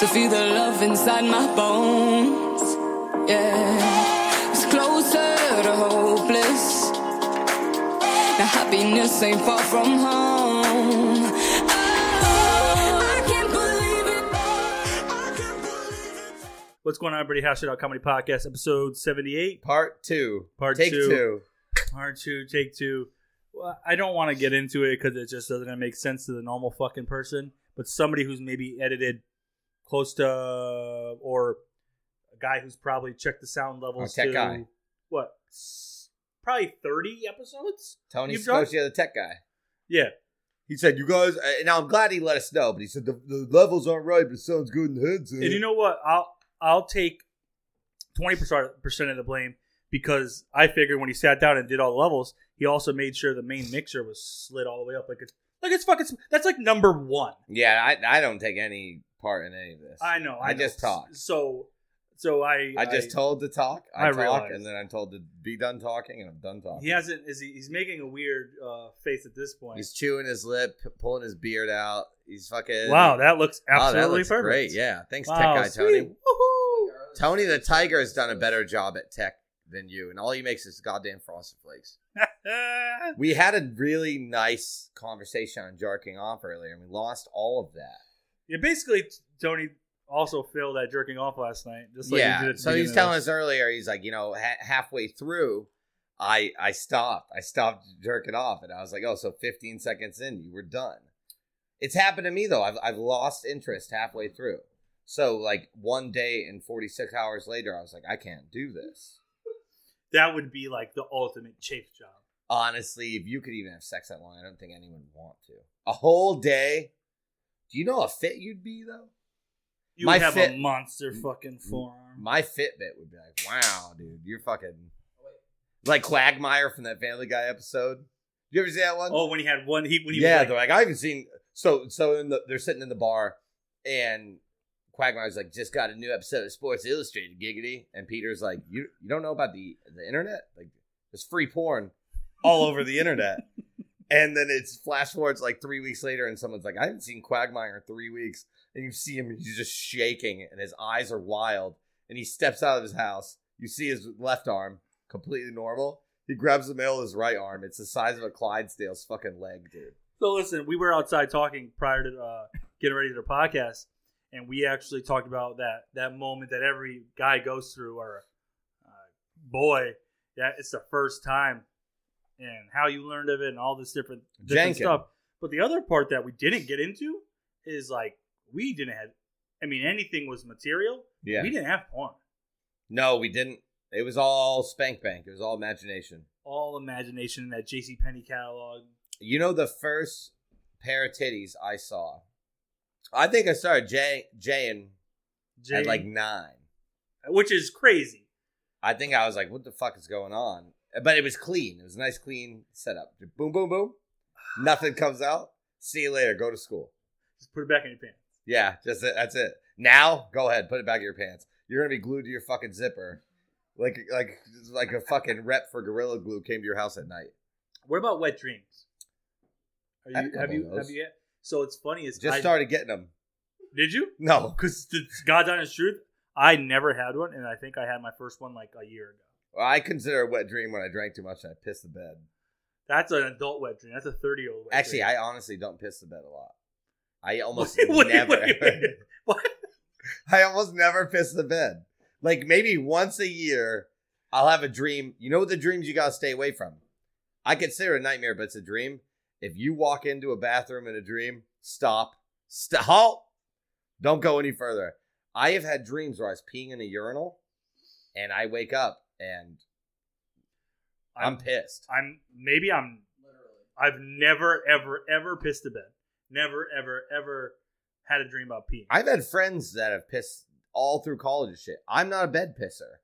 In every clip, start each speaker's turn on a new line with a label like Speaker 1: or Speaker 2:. Speaker 1: to feel the love inside my bones. Yeah, it's closer to hopeless. Now happiness ain't far from home. Oh, I can't believe it. I can't believe it.
Speaker 2: What's going on, everybody? Hash It Out Comedy Podcast, episode 78,
Speaker 3: Part two.
Speaker 2: Part
Speaker 3: Take
Speaker 2: two.
Speaker 3: two.
Speaker 2: part two, take two. Well, I don't want to get into it because it just doesn't make sense to the normal fucking person, but somebody who's maybe edited close to, or a guy who's probably checked the sound levels
Speaker 3: Oh, tech
Speaker 2: to,
Speaker 3: guy.
Speaker 2: what, s- probably 30 episodes?
Speaker 3: Tony
Speaker 2: You've done-
Speaker 3: Scotia, the tech guy.
Speaker 2: Yeah.
Speaker 3: He said, "You guys." uh, Now I'm glad he let us know, but he said the, the levels aren't right, but it sounds good in the headset.
Speaker 2: And you know what? I'll I'll take twenty percent of the blame because I figured when he sat down and did all the levels, he also made sure the main mixer was slid all the way up like it's like it's fucking. That's like number one.
Speaker 3: yeah, I, I don't take any part in any of this.
Speaker 2: I know. I,
Speaker 3: I
Speaker 2: know.
Speaker 3: just talk.
Speaker 2: So so I
Speaker 3: I just told to talk.
Speaker 2: I
Speaker 3: I, talk,
Speaker 2: realize.
Speaker 3: and then I'm told to be done talking, and I'm done talking.
Speaker 2: He hasn't. Is he? He's making a weird uh, face at this point.
Speaker 3: He's chewing his lip, pulling his beard out. He's fucking
Speaker 2: wow, that looks
Speaker 3: Wow, that
Speaker 2: absolutely
Speaker 3: looks
Speaker 2: perfect.
Speaker 3: Great, yeah. Thanks,
Speaker 2: Wow,
Speaker 3: tech guy
Speaker 2: sweet.
Speaker 3: Tony.
Speaker 2: Woohoo.
Speaker 3: Tony the Tiger has done a better job at tech than you, and all he makes is goddamn frosted flakes.
Speaker 2: Ah.
Speaker 3: We had a really nice conversation on jerking off earlier, and we lost all of that.
Speaker 2: yeah, basically, Tony also failed at jerking off last night. Just like He did
Speaker 3: yeah.
Speaker 2: at the
Speaker 3: So
Speaker 2: beginning
Speaker 3: he's
Speaker 2: of
Speaker 3: telling
Speaker 2: this.
Speaker 3: us earlier, he's like, you know, ha- halfway through, I I stopped. I stopped jerking off, and I was like, oh, so 15 seconds in, you were done. It's happened to me though. I've I've lost interest halfway through. So like one day and 46 hours later, I was like, I can't do this.
Speaker 2: that would be like the ultimate chafe job.
Speaker 3: Honestly, if you could even have sex that long, I don't think anyone would want to. A whole day. Do you know how fit you'd be though?
Speaker 2: You
Speaker 3: My
Speaker 2: would have a
Speaker 3: fit-
Speaker 2: monster fucking forearm.
Speaker 3: My Fitbit would be like, wow, dude, you're fucking like Quagmire from that Family Guy episode. You ever see that one?
Speaker 2: oh, when he had one, he when he
Speaker 3: yeah,
Speaker 2: was
Speaker 3: they're
Speaker 2: like,
Speaker 3: like, I haven't seen. So, so in the, they're sitting in the bar, and Quagmire's like, just got a new episode of Sports Illustrated, giggity. And Peter's like, you you don't know about the the internet? Like, there's free porn all over the internet. And then it's flash forwards like three weeks later, and someone's like, I haven't seen Quagmire in three weeks. And you see him, he's just shaking, and his eyes are wild. And he steps out of his house. You see his left arm, completely normal. He grabs the middle of his right arm. It's the size of a Clydesdale's fucking leg, dude.
Speaker 2: so listen, we were outside talking prior to uh, getting ready to the podcast, and we actually talked about that that moment that every guy goes through, or uh, boy, that it's the first time, and how you learned of it, and all this different, different
Speaker 3: Jenkin.
Speaker 2: stuff. But the other part that we didn't get into is like we didn't have. I mean, anything was material.
Speaker 3: Yeah.
Speaker 2: We didn't have porn.
Speaker 3: no, we didn't. It was all spank bank. It was all imagination.
Speaker 2: All imagination in that J.C. Penney catalog.
Speaker 3: You know the first pair of titties I saw. I think I started Jay Jaying
Speaker 2: J-
Speaker 3: at like nine.
Speaker 2: which is crazy.
Speaker 3: I think I was like, "What the fuck is going on?" But it was clean. It was a nice, clean setup. Boom, boom, boom. Nothing comes out. See you later. Go to school.
Speaker 2: Just put it back in your pants.
Speaker 3: Yeah, just it. that's it. Now, go ahead, put it back in your pants. You're gonna be glued to your fucking zipper, like like like a fucking rep for Gorilla Glue came to your house at night.
Speaker 2: What about wet dreams? Are
Speaker 3: I had a
Speaker 2: you, have
Speaker 3: couple
Speaker 2: you
Speaker 3: of those.
Speaker 2: have you? So it's funny. Is
Speaker 3: Just
Speaker 2: I-
Speaker 3: started getting them.
Speaker 2: Did you?
Speaker 3: No,
Speaker 2: Because God's honest truth, I never had one, and I think I had my first one like a year ago.
Speaker 3: I consider a wet dream when I drank too much and I pissed the bed.
Speaker 2: That's an adult wet dream. That's a thirty year old.
Speaker 3: Actually,
Speaker 2: dream.
Speaker 3: I honestly don't piss the bed a lot. I almost
Speaker 2: Wait, wait,
Speaker 3: never.
Speaker 2: wait, wait. What?
Speaker 3: I almost never piss the bed. Like maybe once a year, I'll have a dream. You know the dreams you gotta stay away from. I consider it a nightmare, but it's a dream. If you walk into a bathroom in a dream, stop, St- halt, don't go any further. I have had dreams where I was peeing in a urinal, and I wake up and I'm,
Speaker 2: I'm,
Speaker 3: pissed.
Speaker 2: I'm maybe I'm. I've never ever ever pissed the bed. Never ever ever had a dream about peeing.
Speaker 3: I've had friends that have pissed all through college and shit. I'm not a bed pisser.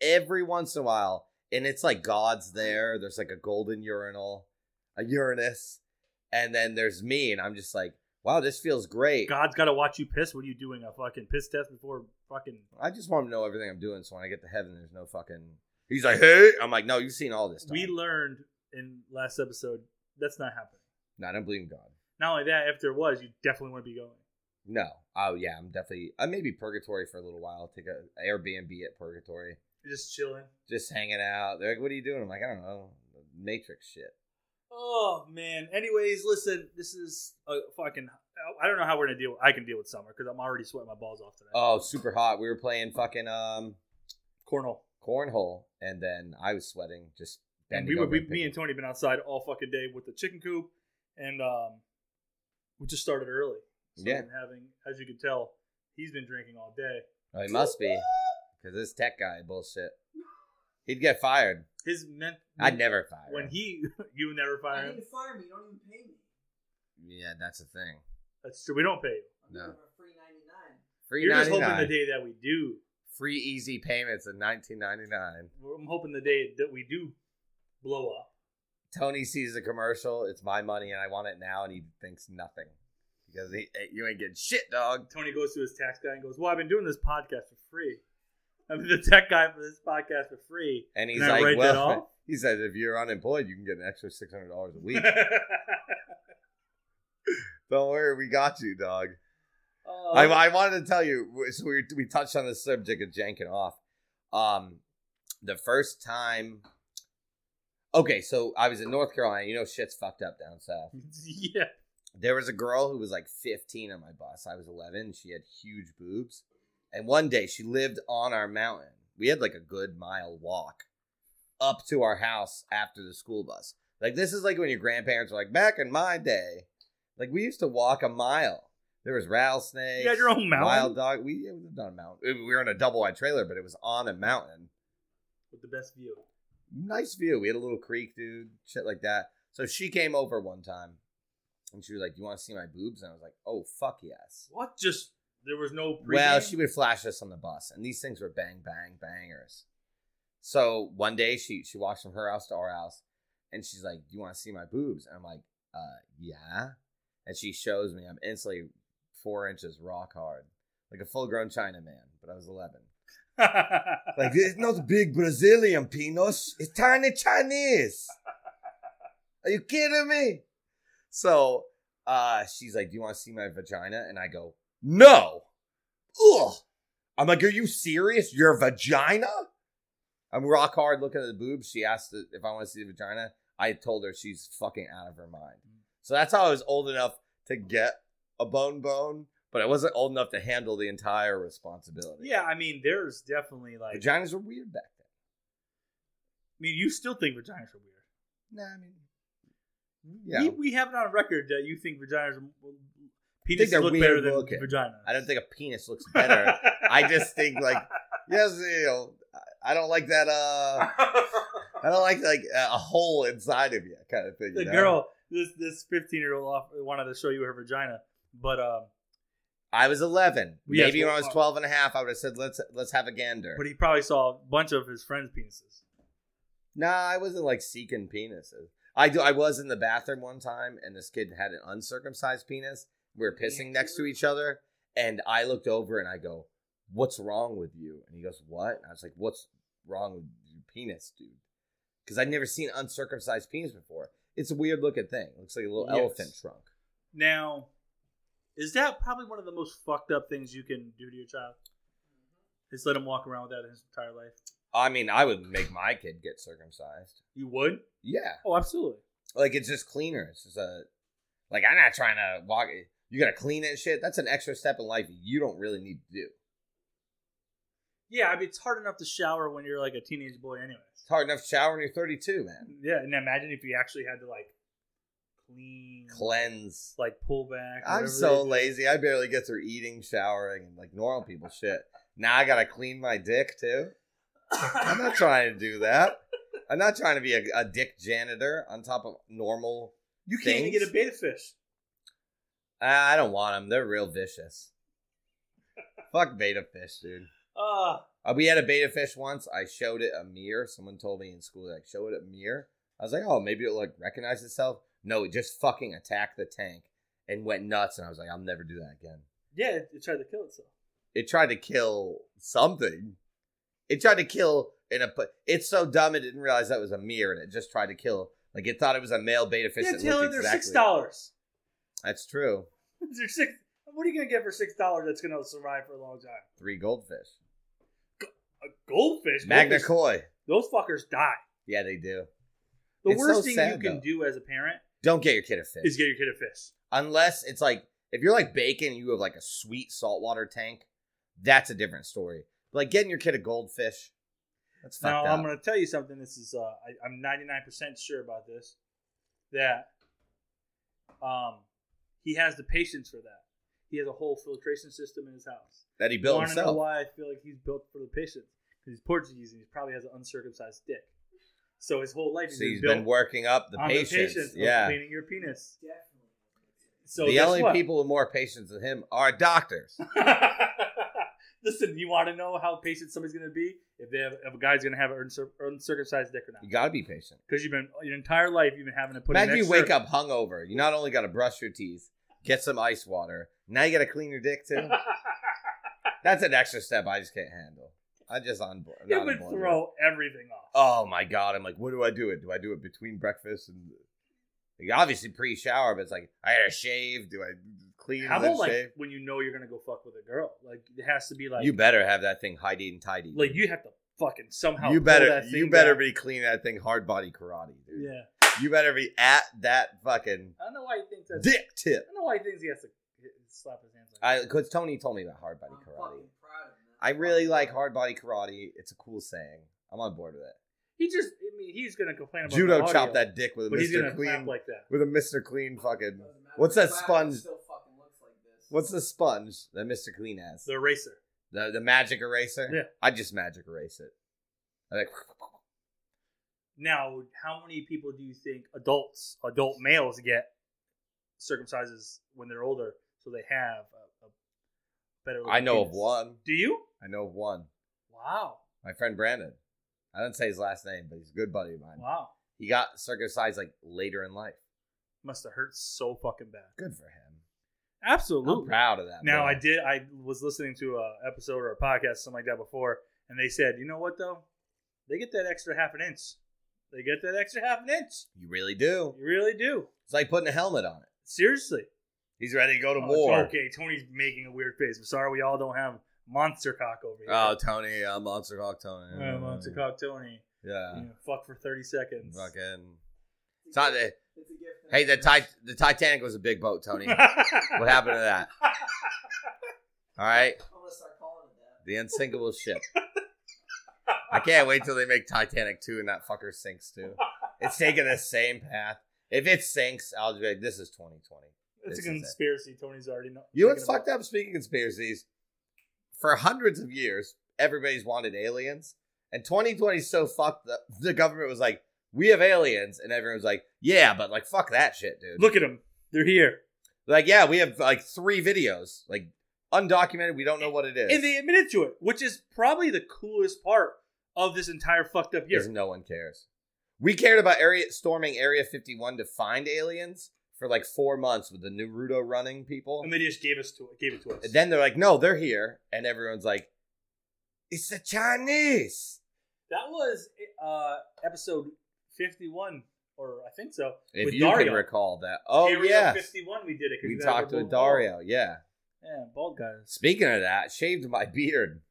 Speaker 3: Every once in a while, and it's like God's there. There's like a golden urinal, a Uranus, and then there's me, and I'm just like, wow, this feels great.
Speaker 2: God's got to watch you piss. What are you doing? A fucking piss test before fucking
Speaker 3: I just want him to know everything I'm doing, so when I get to heaven, there's no fucking. He's like, hey, I'm like, no, you've seen all this. Time.
Speaker 2: we learned in last episode that's not happening.
Speaker 3: no, I don't believe in God.
Speaker 2: Not only that, if there was, you definitely wouldn't be going.
Speaker 3: No. Oh yeah, I'm definitely. I may be purgatory for a little while. Take a Airbnb at purgatory,
Speaker 2: Just chilling.
Speaker 3: just hanging out. They're like, "What are you doing?" I'm like, "I don't know, Matrix shit."
Speaker 2: Oh man. Anyways, listen. This is a fucking. I don't know how we're gonna deal. I can deal with summer because I'm already sweating my balls off today.
Speaker 3: Oh, super hot. We were playing fucking um
Speaker 2: Cornhole.
Speaker 3: cornhole, and then I was sweating just.
Speaker 2: And we
Speaker 3: bending
Speaker 2: were
Speaker 3: over
Speaker 2: we, me
Speaker 3: picking-
Speaker 2: and Tony been outside all fucking day with the chicken coop, and um, we just started early. So
Speaker 3: Yeah.
Speaker 2: I've been having, as you can tell, he's been drinking all day.
Speaker 3: Oh, he must be, because this tech guy bullshit. He'd get fired.
Speaker 2: His men.
Speaker 3: I'd never fire.
Speaker 2: When
Speaker 3: him.
Speaker 2: he, you never
Speaker 4: I
Speaker 2: fire
Speaker 4: need
Speaker 2: him.
Speaker 4: to fire me. You don't even pay me.
Speaker 3: Yeah, that's the thing.
Speaker 2: That's true. We don't pay. You.
Speaker 4: I'm
Speaker 3: No.
Speaker 4: giving her a free 99.
Speaker 3: Free
Speaker 2: You're just
Speaker 3: ninety
Speaker 2: hoping the
Speaker 3: nine.
Speaker 2: day that we do.
Speaker 3: Free easy payments in nineteen ninety nine.
Speaker 2: I'm hoping the day that we do blow up.
Speaker 3: Tony sees the commercial. It's my money, and I want it now. And he thinks nothing because he, you ain't getting shit, dog.
Speaker 2: Tony goes to his tax guy and goes, "Well, I've been doing this podcast for free. I'm the tech guy for this podcast for free."
Speaker 3: And he's
Speaker 2: Can I
Speaker 3: like,
Speaker 2: write that off?
Speaker 3: well, he says if you're unemployed, you can get an extra six hundred dollars a week. Don't worry, we got you, dog.
Speaker 2: Oh,
Speaker 3: I, I wanted to tell you. So we we touched on the subject of janking off. Um, the first time. Okay, so I was in North Carolina. You know, shit's fucked up down south.
Speaker 2: Oh. yeah.
Speaker 3: there was a girl who was like 15 on my bus. I was 11. She had huge boobs. And one day she lived on our mountain. We had like a good mile walk up to our house after the school bus. Like, this is like when your grandparents were like, back in my day, like we used to walk a mile. There was rattlesnakes.
Speaker 2: You had your own mountain?
Speaker 3: Wild dog. We yeah, we lived on a mountain. We were in a double wide trailer, but it was on a mountain.
Speaker 2: With the best view.
Speaker 3: Nice view. We had a little creek, dude. Shit like that. So she came over one time and she was like, You want to see my boobs? And I was like, Oh, fuck yes.
Speaker 2: What? Just there was no pre.
Speaker 3: Well, she would flash us on the bus, and these things were bang, bang, bangers. So one day she she walks from her house to our house, and she's like, "Do you want to see my boobs?" And I'm like, "Uh, yeah." And she shows me. I'm instantly four inches rock hard, like a full grown China man, but I was eleven. Like it's not big Brazilian penis. It's tiny Chinese. Are you kidding me? So uh she's like, Do you want to see my vagina? And I go, No. Ugh. I'm like, Are you serious? Your vagina? I'm rock hard looking at the boobs. She asked if I want to see the vagina. I told her she's fucking out of her mind. So that's how I was old enough to get a bone bone, but I wasn't old enough to handle the entire responsibility.
Speaker 2: yeah, I mean, there's definitely like.
Speaker 3: Vaginas were weird back then.
Speaker 2: I mean, you still think vaginas are weird.
Speaker 3: No, I mean,
Speaker 2: We,
Speaker 3: yeah.
Speaker 2: we have it on record that you think vaginas are.
Speaker 3: think
Speaker 2: Penises
Speaker 3: they're
Speaker 2: look
Speaker 3: weird
Speaker 2: better than
Speaker 3: looking.
Speaker 2: vagina.
Speaker 3: I don't think a penis looks better. I just think like, yes, you know, I- I don't like that. Uh, I don't like like a hole inside of you kind of thing. you
Speaker 2: the
Speaker 3: know?
Speaker 2: girl, this this fifteen year old wanted to show you her vagina, but um,
Speaker 3: I was 11.
Speaker 2: Yes,
Speaker 3: Maybe when I was
Speaker 2: well,
Speaker 3: 12 and a half, I would have said, let's let's have a gander.
Speaker 2: but he probably saw a bunch of his friends' penises.
Speaker 3: Nah, I wasn't like seeking penises. I do. I was in the bathroom one time, and this kid had an uncircumcised penis. We were pissing next to each other, and I looked over and I go, "What's wrong with you?" And he goes, "What?" And I was like, "What's wrong with your penis, dude?" Because I'd never seen uncircumcised penis before. It's a weird looking thing. It looks like a little
Speaker 2: Yes.
Speaker 3: elephant trunk.
Speaker 2: Now, is that probably one of the most fucked up things you can do to your child? Is let him walk around with that his entire life?
Speaker 3: I mean, I would make my kid get circumcised.
Speaker 2: You would?
Speaker 3: Yeah,
Speaker 2: Oh, absolutely.
Speaker 3: like it's just cleaner. It's just a like I'm not trying to walk. You gotta clean it and shit. That's an extra step in life you don't really need to do.
Speaker 2: Yeah, I mean, it's hard enough to shower when you're like a teenage boy, anyways.
Speaker 3: It's hard enough to shower when you're 32, man.
Speaker 2: Yeah, and imagine if you actually had to like clean,
Speaker 3: Cleanse.
Speaker 2: like pull back.
Speaker 3: I'm
Speaker 2: whatever
Speaker 3: so
Speaker 2: they-
Speaker 3: lazy. I barely get through eating, showering, and like normal people shit. Now I gotta clean my dick too. I'm not trying to do that. I'm not trying to be a, a dick janitor on top of normal.
Speaker 2: You can't even
Speaker 3: things.
Speaker 2: get a beta fish.
Speaker 3: I I don't want them. They're real vicious. Fuck beta fish, dude.
Speaker 2: Ah,
Speaker 3: Uh, we had a beta fish once. I showed it a mirror. Someone told me in school, like, show it a mirror. I was like, oh, maybe it'll like recognize itself. No, it just fucking attacked the tank and went nuts. And I was like, I'll never do that again.
Speaker 2: yeah, it, it tried to kill itself.
Speaker 3: It tried to kill something. It tried to kill in a. pu- It's so dumb. It didn't realize that was a mirror, and it just tried to kill. Like it thought it was a male beta fish.
Speaker 2: Yeah,
Speaker 3: that
Speaker 2: Taylor,
Speaker 3: looked
Speaker 2: they're
Speaker 3: exactly-
Speaker 2: six dollars.
Speaker 3: That's true.
Speaker 2: They're six. What are you gonna get for six dollars that's gonna survive for a long time?
Speaker 3: Three goldfish.
Speaker 2: A goldfish.
Speaker 3: Magna
Speaker 2: goldfish-
Speaker 3: Koi.
Speaker 2: Those fuckers die.
Speaker 3: Yeah, they do.
Speaker 2: The
Speaker 3: It's so
Speaker 2: worst thing
Speaker 3: sad,
Speaker 2: you can
Speaker 3: though.
Speaker 2: do as a parent
Speaker 3: Don't get your kid a fish.
Speaker 2: is get your kid a fish.
Speaker 3: Unless it's like if you're like bacon, you have like a sweet saltwater tank. That's a different story. Like getting your kid a goldfish. That's
Speaker 2: Now
Speaker 3: fucked up.
Speaker 2: I'm gonna tell you something. This is uh, I, I'm 99 percent sure about this. That um, he has the patience for that. He has a whole filtration system in his house.
Speaker 3: that he built
Speaker 2: want to know
Speaker 3: himself.
Speaker 2: why I feel like he's built for the patience? Because he's Portuguese and he probably has an uncircumcised dick. So his whole life
Speaker 3: So
Speaker 2: he's,
Speaker 3: he's
Speaker 2: built
Speaker 3: been working up the
Speaker 2: on
Speaker 3: patience.
Speaker 2: the patience of
Speaker 3: yeah.
Speaker 2: cleaning your penis.
Speaker 4: Definitely.
Speaker 2: So
Speaker 3: the
Speaker 2: guess
Speaker 3: only
Speaker 2: what?
Speaker 3: people with more patience than him are doctors.
Speaker 2: Listen, you want to know how patient somebody's going to be if they have if a guy's going to have an uncir- uncircumcised dick or not?
Speaker 3: You gotta be patient.
Speaker 2: Because you've been your entire life you've been having to put. in
Speaker 3: Imagine you
Speaker 2: extra-
Speaker 3: wake up hungover. You not only gotta brush your teeth, get some ice water. Now you gotta clean your dick too. That's an extra step I just can't handle. I just on board.
Speaker 2: it would throw everything off.
Speaker 3: Oh my god! I'm like, what do I do it? Do I do it between breakfast and like obviously pre-shower? But it's like I gotta shave. Do I clean?
Speaker 2: How
Speaker 3: and then
Speaker 2: about like
Speaker 3: shave?
Speaker 2: when you know you're going to go fuck with a girl? Like it has to be like
Speaker 3: you better have that thing tidy and tidy.
Speaker 2: Like you have to fucking somehow.
Speaker 3: you
Speaker 2: pull
Speaker 3: better
Speaker 2: that thing
Speaker 3: you better
Speaker 2: down.
Speaker 3: be cleaning that thing hard body karate, dude.
Speaker 2: Yeah,
Speaker 3: You better be at that fucking
Speaker 2: I don't know why he thinks that's.
Speaker 3: dick tip.
Speaker 2: I don't know why he thinks he has to hit- slap his hands. Like
Speaker 3: I because Tony told me about hard body
Speaker 4: I'm
Speaker 3: karate.
Speaker 4: fucking proud of him.
Speaker 3: I really like hard body karate. It's a cool saying. I'm on board with it.
Speaker 2: he just. I mean, he's going to complain about
Speaker 3: Judo
Speaker 2: the audio,
Speaker 3: chop that dick with a
Speaker 2: but he's going
Speaker 3: Mr.
Speaker 2: to clap
Speaker 3: Clean
Speaker 2: like that.
Speaker 3: with a Mr. Clean
Speaker 4: Doesn't
Speaker 3: fucking
Speaker 4: matter.
Speaker 3: What's
Speaker 4: The
Speaker 3: that
Speaker 4: flag
Speaker 3: sponge?
Speaker 4: Still fucking looks like this.
Speaker 3: What's the sponge that Mr. Clean has?
Speaker 2: The eraser.
Speaker 3: The the magic eraser?
Speaker 2: Yeah.
Speaker 3: I just magic erase it. I like
Speaker 2: Now, how many people do you think adults, adult males, get circumcises when they're older, so they have a, a better?
Speaker 3: I know of
Speaker 2: penis?
Speaker 3: one.
Speaker 2: Do you?
Speaker 3: I know of one.
Speaker 2: Wow!
Speaker 3: My friend Brandon. I didn't say his last name, but he's a good buddy of mine.
Speaker 2: Wow!
Speaker 3: He got circumcised like later in life.
Speaker 2: Must have hurt so fucking bad.
Speaker 3: Good for him. I'm
Speaker 2: Absolutely.
Speaker 3: proud of that.
Speaker 2: Now
Speaker 3: boy.
Speaker 2: I did. I was listening to a episode or a podcast, something like that before, and they said, you know what though, they get that extra half an inch. They get that extra half an inch.
Speaker 3: You really do.
Speaker 2: You really do.
Speaker 3: It's like putting a helmet on it.
Speaker 2: Seriously.
Speaker 3: He's ready to go to
Speaker 2: Oh,
Speaker 3: war.
Speaker 2: Okay, Tony's making a weird face. I'm sorry, we all don't have monster cock over here.
Speaker 3: Oh, Tony, uh, Monster Hawk Tony.
Speaker 2: Uh, monster cock Tony.
Speaker 3: Yeah.
Speaker 2: You know, fuck for thirty seconds.
Speaker 3: Fucking.
Speaker 4: It's a
Speaker 3: Ti-
Speaker 4: gift.
Speaker 3: eh,
Speaker 4: It's a gift.
Speaker 3: Hey, the, tit- the Titanic was a big boat, Tony. what happened to that? All right.
Speaker 4: I'm gonna start calling it that.
Speaker 3: The unsinkable ship. I can't wait till they make Titanic 2 and that fucker sinks too. It's taking the same path. If it sinks, I'll be like, this is 2020.
Speaker 2: It's
Speaker 3: This is
Speaker 2: a
Speaker 3: it.
Speaker 2: conspiracy. Tony's already know.
Speaker 3: You know what's fucked up? Speaking of conspiracies, for hundreds of years, everybody's wanted aliens. And 2020 is so fucked up. The government was like, we have aliens. And everyone's like, yeah, but like, fuck that shit, dude.
Speaker 2: Look at them. They're here,
Speaker 3: Like, yeah, we have like three videos, like undocumented. We don't know what it is.
Speaker 2: and they admitted to it, which is probably the coolest part of this entire fucked up year.
Speaker 3: because no one cares. We cared about area storming Area 51 to find aliens for like four months with the Naruto running people.
Speaker 2: And they just gave us to gave it to us.
Speaker 3: And then they're like, no, they're here. And everyone's like, it's the Chinese.
Speaker 2: that was uh, episode fifty-one, or I think so.
Speaker 3: If
Speaker 2: with
Speaker 3: you
Speaker 2: Dario.
Speaker 3: can recall that. Oh,
Speaker 2: Area
Speaker 3: yeah.
Speaker 2: fifty-one. We did it. 'cause
Speaker 3: We
Speaker 2: you guys
Speaker 3: talked
Speaker 2: were
Speaker 3: with
Speaker 2: both bald.
Speaker 3: Dario. Yeah.
Speaker 2: Yeah, bald guys.
Speaker 3: Speaking of that, shaved my beard.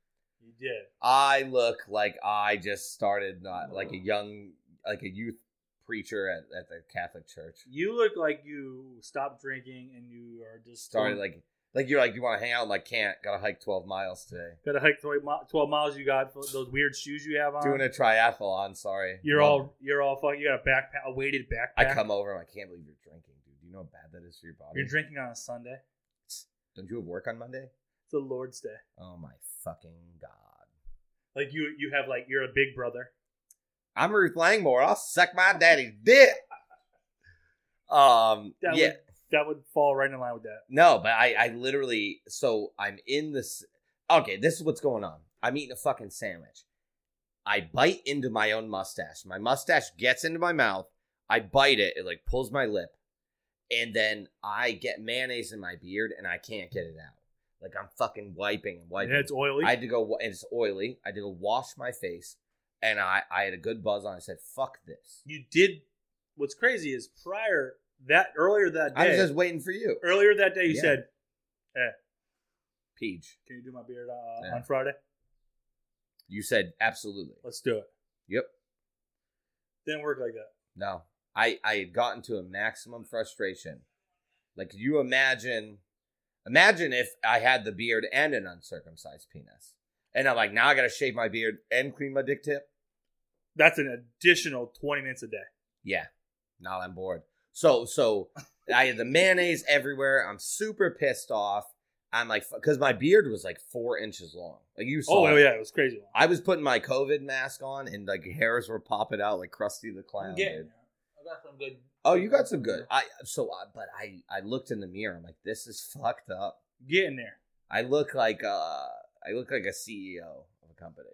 Speaker 2: You did.
Speaker 3: I look like I just started not like a young, like a youth preacher at, at the Catholic church.
Speaker 2: You look like you stopped drinking and you are just
Speaker 3: started like like you're like you want to hang out I'm like can't gotta hike 12 miles today
Speaker 2: got to hike 12, mi- 12 miles. You got for those weird shoes you have on.
Speaker 3: doing a triathlon sorry
Speaker 2: You're
Speaker 3: Well,
Speaker 2: all you're all fuck. You got a backpack, a weighted
Speaker 3: i
Speaker 2: backpack.
Speaker 3: come over i like, can't believe you're drinking dude do you know how bad that is for your body
Speaker 2: You're drinking on a Sunday.
Speaker 3: don't you have work on monday
Speaker 2: It's the Lord's Day.
Speaker 3: oh my fucking god
Speaker 2: Like you, you have like you're a big brother.
Speaker 3: i'm ruth langmore i'll suck my daddy's dick um
Speaker 2: That
Speaker 3: yeah
Speaker 2: would that would fall right in line with that.
Speaker 3: No, but I, I literally, so I'm in this. Okay, this is what's going on. I'm eating a fucking sandwich. I bite into my own mustache. My mustache gets into my mouth. I bite it. It like pulls my lip. And then I get mayonnaise in my beard and I can't get it out. Like I'm fucking wiping and wiping.
Speaker 2: And it's oily.
Speaker 3: I had to go, wa- and it's oily. I had to go wash my face. And I, I had a good buzz on. I said, fuck this.
Speaker 2: you did. What's crazy is prior that earlier that
Speaker 3: I was
Speaker 2: day,
Speaker 3: just waiting for you.
Speaker 2: earlier that day you
Speaker 3: Yeah.
Speaker 2: said, Yeah.
Speaker 3: Peach,
Speaker 2: Can you do my beard uh,
Speaker 3: Yeah.
Speaker 2: on Friday?
Speaker 3: you said absolutely.
Speaker 2: Let's do it.
Speaker 3: Yep.
Speaker 2: Didn't work like that.
Speaker 3: No, I I had gotten to a maximum frustration. Like, could you imagine? Imagine if I had the beard and an uncircumcised penis, and I'm like, now I gotta shave my beard and clean my dick tip.
Speaker 2: That's an additional 20 minutes a day.
Speaker 3: Yeah, not on board. So so I had the mayonnaise everywhere. I'm super pissed off. I'm like, because my beard was like four inches long. Like you saw.
Speaker 2: Oh,
Speaker 3: it.
Speaker 2: yeah, it was crazy.
Speaker 3: I was putting my COVID mask on, and like hairs were popping out like Krusty the Clown. dude.
Speaker 2: I got some good.
Speaker 3: Oh, you got some good. I so, I, but I I looked in the mirror. I'm like, this is fucked up.
Speaker 2: Getting there.
Speaker 3: I look like uh, I look like a CEO of a company.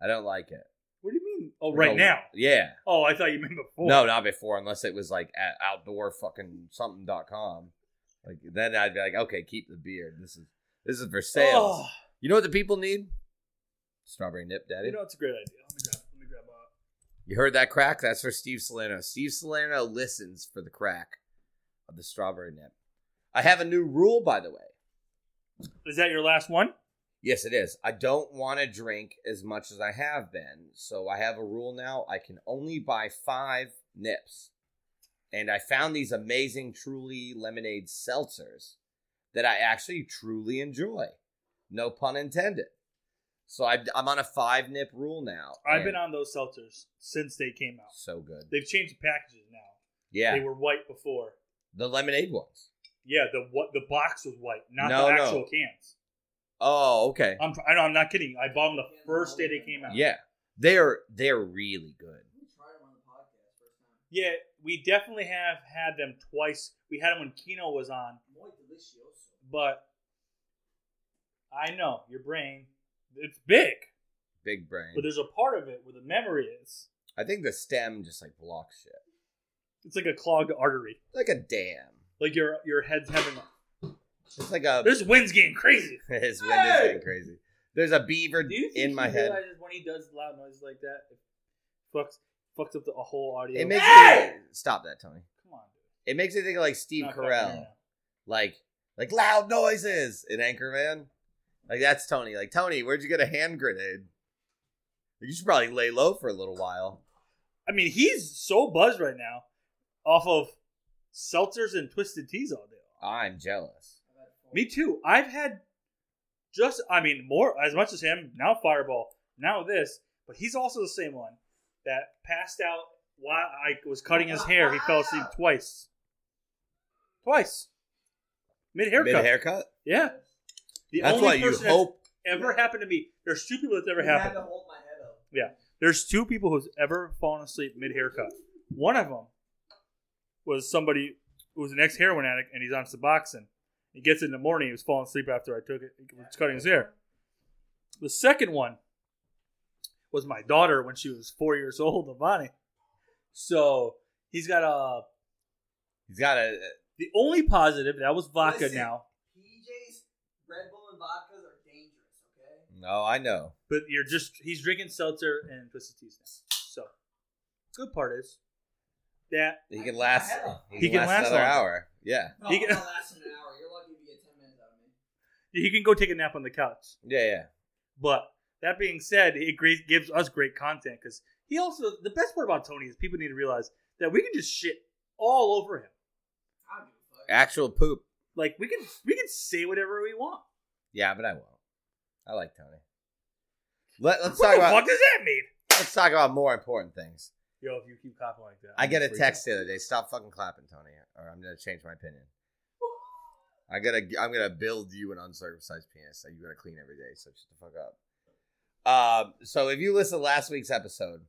Speaker 3: I don't like it.
Speaker 2: What do you mean? Oh,
Speaker 3: Like
Speaker 2: right
Speaker 3: a-
Speaker 2: now.
Speaker 3: Yeah.
Speaker 2: Oh, I thought you meant before.
Speaker 3: No, not before, unless it was like at outdoor fucking something dot com. Like then I'd be like, okay, keep the beard. This is this is for sales.
Speaker 2: Oh,
Speaker 3: You know what the people need? Strawberry nip, daddy.
Speaker 2: you
Speaker 3: You,
Speaker 2: know, it's a great idea. Let me grab, let me grab uh,
Speaker 3: heard that crack? That's for Steve Salerno. Steve Salerno listens for the crack of the strawberry nip. I have a new rule, by the way.
Speaker 2: Is that your last one?
Speaker 3: Yes, it is. I don't want to drink as much as I have been, so I have a rule now. I can only buy five nips, and I found these amazing Truly lemonade seltzers that I actually truly enjoy. No pun intended. So I, I'm on a five nip rule now.
Speaker 2: I've
Speaker 3: and
Speaker 2: been on those seltzers since they came out.
Speaker 3: so good.
Speaker 2: They've changed the packages now.
Speaker 3: Yeah,
Speaker 2: They were white before.
Speaker 3: the lemonade ones.
Speaker 2: Yeah, the what the box was white, not
Speaker 3: No,
Speaker 2: the
Speaker 3: no.
Speaker 2: actual cans.
Speaker 3: Oh, okay.
Speaker 2: I'm I know I'm not kidding. I bought them the first day they came out.
Speaker 3: Yeah, they're they're really good.
Speaker 4: We tried them on the podcast first time.
Speaker 2: Yeah, we definitely have had them twice. We had them when Kino was on,
Speaker 4: Muy delicioso.
Speaker 2: but I know your brain it's big,
Speaker 3: Big brain.
Speaker 2: but there's a part of it where the memory is.
Speaker 3: I think the stem just like blocks shit,
Speaker 2: It's like a clogged artery.
Speaker 3: like a dam.
Speaker 2: Like your your head's having
Speaker 3: It's like a
Speaker 2: This wind's getting crazy.
Speaker 3: his wind is
Speaker 2: Hey!
Speaker 3: getting crazy. There's a beaver in my head.
Speaker 2: when he does loud noises like that, it fucks fucks up the whole audio?
Speaker 3: It makes me stop that, Tony.
Speaker 2: Come on, dude.
Speaker 3: It makes me think of like Steve
Speaker 2: Not fucking
Speaker 3: Carell,
Speaker 2: right
Speaker 3: like like loud noises in Anchorman. Like that's Tony. Like Tony, where'd you get a hand grenade? You should probably lay low for a little while.
Speaker 2: now. I mean, he's so buzzed right now off of seltzers and twisted teas all day. long.
Speaker 3: I'm jealous.
Speaker 4: I've had four.
Speaker 2: Me too. I've had just, I mean, more as much as him. Now Fireball, now this, but he's also the same one that passed out while I was cutting his hair. He fell asleep twice, twice, mid
Speaker 3: Mid
Speaker 2: haircut.
Speaker 3: haircut.
Speaker 2: Yeah, the
Speaker 3: That's
Speaker 2: only
Speaker 3: why you
Speaker 2: person that's
Speaker 3: hope.
Speaker 2: ever happened to me. There's two people that's ever
Speaker 4: I had
Speaker 2: happened.
Speaker 4: to hold my head up.
Speaker 2: There's two people who's ever fallen asleep mid haircut. One of them was somebody who was an ex heroin addict and he's on Suboxone. He gets it in the morning. He was falling asleep after I took it. He was cutting his hair. The second one was my daughter when she was four years old, Lavani. So he's got a.
Speaker 3: He's uh, got a.
Speaker 2: The only positive that was vodka
Speaker 4: Listen.
Speaker 2: now,
Speaker 4: PJ's Red Bull and vodkas are dangerous, okay?
Speaker 3: No, I know.
Speaker 2: but you're just he's drinking seltzer and twisted teas now. So good part is that
Speaker 3: He can last. He can last another
Speaker 2: longer.
Speaker 3: hour. Yeah.
Speaker 4: No,
Speaker 2: He
Speaker 4: he
Speaker 2: can-
Speaker 4: can last an hour. You're lucky if you get 10 minutes out of me.
Speaker 2: he can go take a nap on the couch.
Speaker 3: Yeah. Yeah.
Speaker 2: But that being said, it great, gives us great content because he also the best part about Tony is people need to realize that we can just shit all over him.
Speaker 4: I don't give a fuck.
Speaker 3: Actual poop.
Speaker 2: Like we can we can say whatever we want.
Speaker 3: Yeah, but I won't. I like Tony. Let, let's
Speaker 2: What
Speaker 3: talk
Speaker 2: the
Speaker 3: about
Speaker 2: fuck does that mean?
Speaker 3: let's talk about more important things.
Speaker 2: Yo, if you keep clapping like that,
Speaker 3: I
Speaker 2: I'm
Speaker 3: get a
Speaker 2: gonna freak
Speaker 3: text
Speaker 2: out.
Speaker 3: the other day. Stop fucking clapping, Tony, or I'm gonna change my opinion. I gotta I'm gonna build you an uncircumcised penis that you gotta clean every day. So shut the fuck up. Um, so if you listen to last week's episode,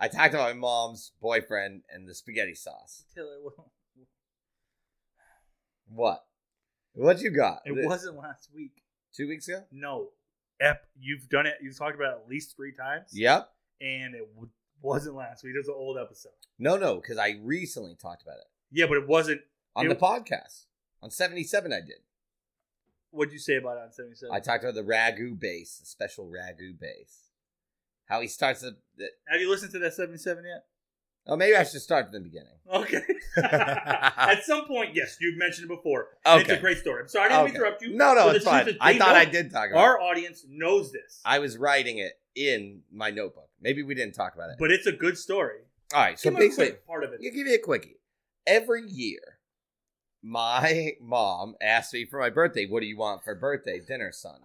Speaker 3: I talked about my mom's boyfriend and the spaghetti sauce.
Speaker 2: Taylor, well,
Speaker 3: What? What you got?
Speaker 2: it wasn't last week.
Speaker 3: two weeks ago.
Speaker 2: No, Ep, you've done it. You've talked about it at least three times.
Speaker 3: Yep.
Speaker 2: and it w- wasn't last week. It was an old episode.
Speaker 3: No, no, because I recently talked about it
Speaker 2: Yeah, but it wasn't.
Speaker 3: on
Speaker 2: It-
Speaker 3: the podcast on 77. I did.
Speaker 2: What'd you say about it on seventy seven?
Speaker 3: I talked about the ragu base, the special ragu base. How he starts the, the
Speaker 2: Have you listened to that seventy seven yet?
Speaker 3: Oh, maybe I should start from the beginning.
Speaker 2: Okay. At some point, yes, you've mentioned it before. And It's a
Speaker 3: Okay.
Speaker 2: great story. I'm sorry I didn't
Speaker 3: Okay.
Speaker 2: interrupt you.
Speaker 3: No,
Speaker 2: But
Speaker 3: no,
Speaker 2: the
Speaker 3: it's
Speaker 2: truth
Speaker 3: fine.
Speaker 2: is
Speaker 3: I
Speaker 2: they
Speaker 3: thought
Speaker 2: know-
Speaker 3: I did talk about it.
Speaker 2: Our audience knows this,
Speaker 3: I was writing it in my notebook. Maybe we didn't talk about it.
Speaker 2: but it's a good story.
Speaker 3: All right, so
Speaker 2: Give me a
Speaker 3: basically,
Speaker 2: quick part of it.
Speaker 3: you give you a quickie. Every year, my mom asks me for my birthday, "What do you want for birthday dinner, son?"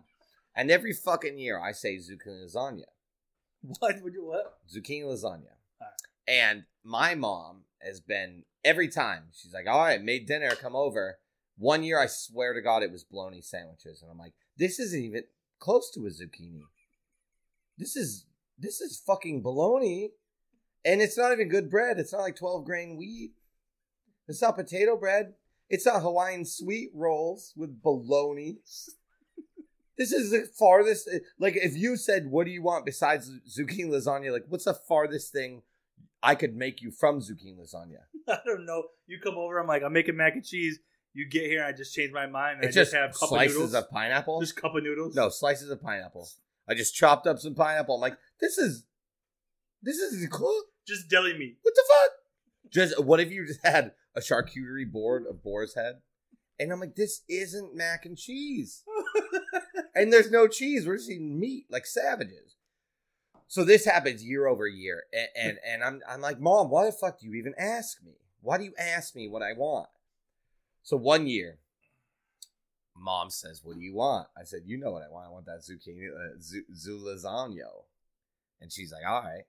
Speaker 3: And every fucking year, I say zucchini lasagna,
Speaker 2: What would you what?
Speaker 3: zucchini lasagna.
Speaker 2: Alright.
Speaker 3: And my mom has been every time she's like, "All right, made dinner, come over." One year, I swear to God, it was bologna sandwiches, and I'm like, "This isn't even close to a zucchini. This is this is fucking bologna, and it's not even good bread. It's not like twelve grain wheat. It's not potato bread. It's not Hawaiian sweet rolls with bologna. This is the farthest. Like, if you said, "What do you want besides zucchini lasagna?" Like, what's the farthest thing I could make you from zucchini lasagna?
Speaker 2: I don't know. You come over, I'm like, I'm making mac and cheese. You get here, and I just change my mind. And I
Speaker 3: It's just,
Speaker 2: just, have cup
Speaker 3: slices
Speaker 2: of noodles.
Speaker 3: of pineapple.
Speaker 2: Just cup of noodles.
Speaker 3: No, slices of pineapple. I just chopped up some pineapple. I'm like, this is, this is cool.
Speaker 2: just deli meat.
Speaker 3: What the fuck? Just what if you just had a charcuterie board of boar's head? And I'm like, this isn't mac and cheese. and there's no cheese. We're just eating meat like savages. So this happens year over year. And and, and I'm I'm like, Mom, why the fuck do you even ask me? Why do you ask me what I want? So one year, Mom says, What do you want? I said, You know what I want. I want that zucchini, uh, zu, zu lasagna. And she's like, All right,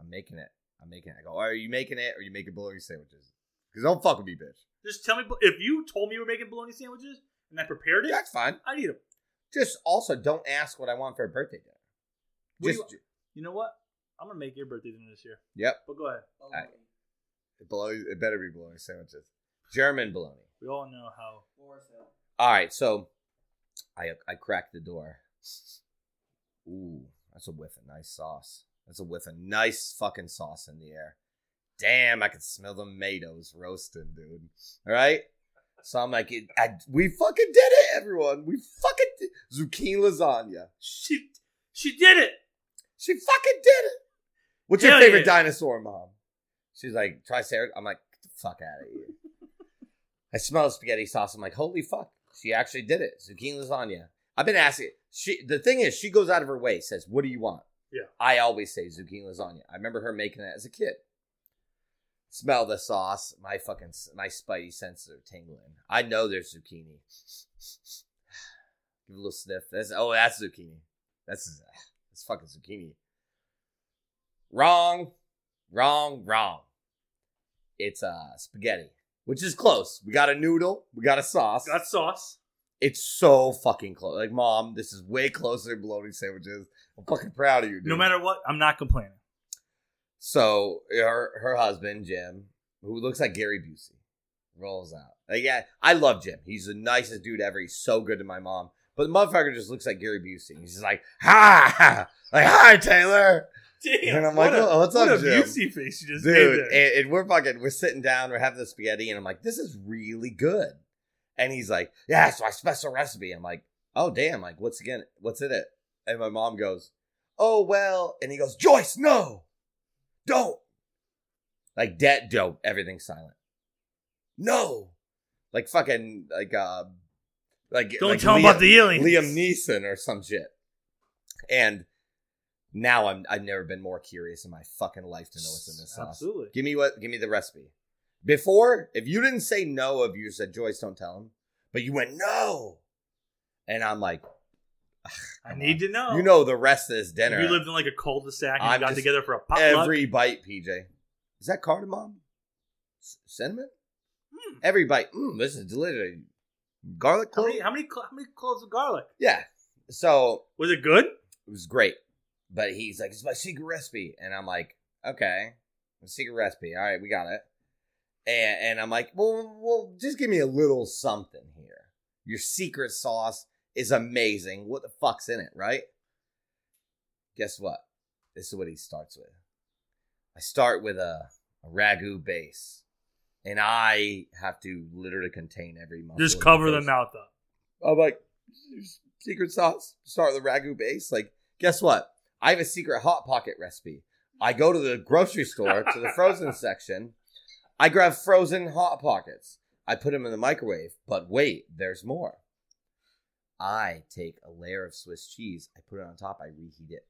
Speaker 3: I'm making it. I'm making it. I go, "Oh, Are you making it or are you making bologna sandwiches? Because don't fuck with me, bitch.
Speaker 2: Just tell me if you told me you were making bologna sandwiches and I prepared it.
Speaker 3: That's fine.
Speaker 2: I need them.
Speaker 3: Just also don't ask what I want for a birthday dinner.
Speaker 2: What do
Speaker 3: Just
Speaker 2: You know what? I'm gonna make your birthday dinner this year.
Speaker 3: yep,
Speaker 2: But go ahead.
Speaker 3: Alright. it, bologna, it better be bologna sandwiches. German bologna.
Speaker 2: We all know how.
Speaker 4: Forest Hill.
Speaker 3: All right, so I I cracked the door. Ooh, that's a whiff of nice sauce. That's a whiff of nice fucking sauce in the air. Damn, I can smell the tomatoes roasting, dude. All right, so I'm like, it, I, we fucking did it, everyone. We fucking did, zucchini lasagna.
Speaker 2: She she did it.
Speaker 3: She fucking did it. What's your
Speaker 2: Hell
Speaker 3: favorite
Speaker 2: yeah.
Speaker 3: dinosaur, mom? She's like, Triceratops. I'm like, get the fuck out of here. I smell spaghetti sauce. I'm like, holy fuck. She actually did it. Zucchini lasagna. I've been asking. She the thing is, she goes out of her way, says, What do you want?
Speaker 2: Yeah.
Speaker 3: I always say zucchini lasagna. I remember her making that as a kid. Smell the sauce. My fucking my spidey senses are tingling. I know there's zucchini. Give it a little sniff. That's oh, that's zucchini. That's that's fucking zucchini. Wrong, wrong, wrong. It's uh spaghetti, which is close. We got a noodle, we got a sauce.
Speaker 2: Got sauce.
Speaker 3: It's so fucking close. Like, mom, this is way closer than bologna sandwiches. I'm fucking proud of you, dude.
Speaker 2: No matter what, I'm not complaining.
Speaker 3: So her her husband Jim, who looks like Gary Busey, rolls out. Like, yeah, I love Jim. He's the nicest dude ever. He's so good to my mom. But the motherfucker just looks like Gary Busey. He's just like, ha, ha, like hi Taylor,
Speaker 2: Damn.
Speaker 3: And I'm like, "Oh, what's
Speaker 2: what
Speaker 3: up,
Speaker 2: a
Speaker 3: Jim?"
Speaker 2: Busey face you just
Speaker 3: dude.
Speaker 2: made
Speaker 3: And,
Speaker 2: there.
Speaker 3: and we're fucking we're sitting down, we're having the spaghetti, and I'm like, this is really good. And he's like, yeah, it's my special recipe. I'm like, oh damn, like what's again? What's in it? And my mom goes, oh well. And he goes, Joyce, no, don't. Like that dope, everything's silent. No. Like fucking like uh like
Speaker 2: Don't
Speaker 3: like
Speaker 2: tell him
Speaker 3: Liam-
Speaker 2: about the aliens.
Speaker 3: Liam Neeson or some shit. And now I'm I've never been more curious in my fucking life to know what's in this sauce.
Speaker 2: Absolutely.
Speaker 3: Give me what give me the recipe. Before, if you didn't say no, if you said Joyce, don't tell him, but you went no. And I'm like,
Speaker 2: I need to know.
Speaker 3: you know the rest of this dinner.
Speaker 2: Oh. You lived in like a cul-de-sac and
Speaker 3: I'm
Speaker 2: got
Speaker 3: just-
Speaker 2: together for a potluck.
Speaker 3: every bite, PJ. Is that cardamom? C- cinnamon?
Speaker 2: Mm.
Speaker 3: Every bite. Mm, this is delicious. Garlic
Speaker 2: How
Speaker 3: clove?
Speaker 2: many how many cl- how many cloves of garlic?
Speaker 3: Yeah. So
Speaker 2: Was it good?
Speaker 3: it was great. But he's like, it's my secret recipe. And I'm like, okay, my secret recipe. All right, we got it. And, and I'm like, well, well, just give me a little something here. Your secret sauce is amazing. What the fuck's in it, right? Guess what? This is what he starts with. I start with a, a ragu base, and I have to literally contain every muscle.
Speaker 2: Just
Speaker 3: in my
Speaker 2: cover the
Speaker 3: face.
Speaker 2: mouth up.
Speaker 3: I'm like, secret sauce. Start with ragu base. Like, guess what? I have a secret hot pocket recipe. I go to the grocery store to the frozen section. I grab frozen hot pockets. I put them in the microwave, but wait, there's more. I take a layer of Swiss cheese, I put it on top, I reheat it.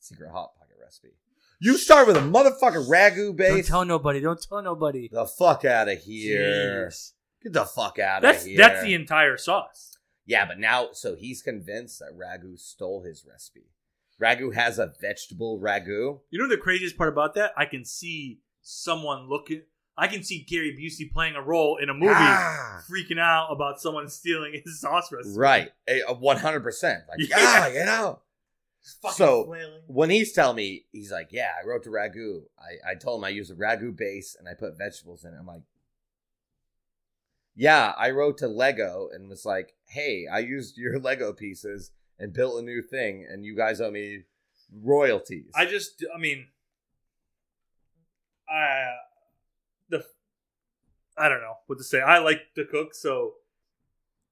Speaker 3: Secret hot pocket recipe. You start with a motherfucking ragu
Speaker 5: Don't
Speaker 3: base.
Speaker 5: tell nobody. Don't tell nobody.
Speaker 3: the fuck out of here.
Speaker 5: Jeez.
Speaker 3: Get the fuck out of
Speaker 2: That's
Speaker 3: here.
Speaker 2: that's the entire sauce.
Speaker 3: Yeah, but now, so he's convinced that Ragu stole his recipe. Ragu has a vegetable ragu.
Speaker 2: You know the craziest part about that? I can see someone looking. I can see Gary Busey playing a role in a movie,
Speaker 3: Ah.
Speaker 2: freaking out about someone stealing his sauce recipe.
Speaker 3: Right. A- a 100%. Like,
Speaker 2: Yeah.
Speaker 3: yeah, you know.
Speaker 2: Fucking
Speaker 3: So-
Speaker 2: flailing.
Speaker 3: When he's telling me, he's like, yeah, I wrote the ragu. I, I told him I used a ragu base and I put vegetables in it. I'm like, yeah, I wrote to Lego and was like, hey, I used your Lego pieces and built a new thing and you guys owe me royalties.
Speaker 2: I just, I mean, I the I don't know what to say. I like to cook, so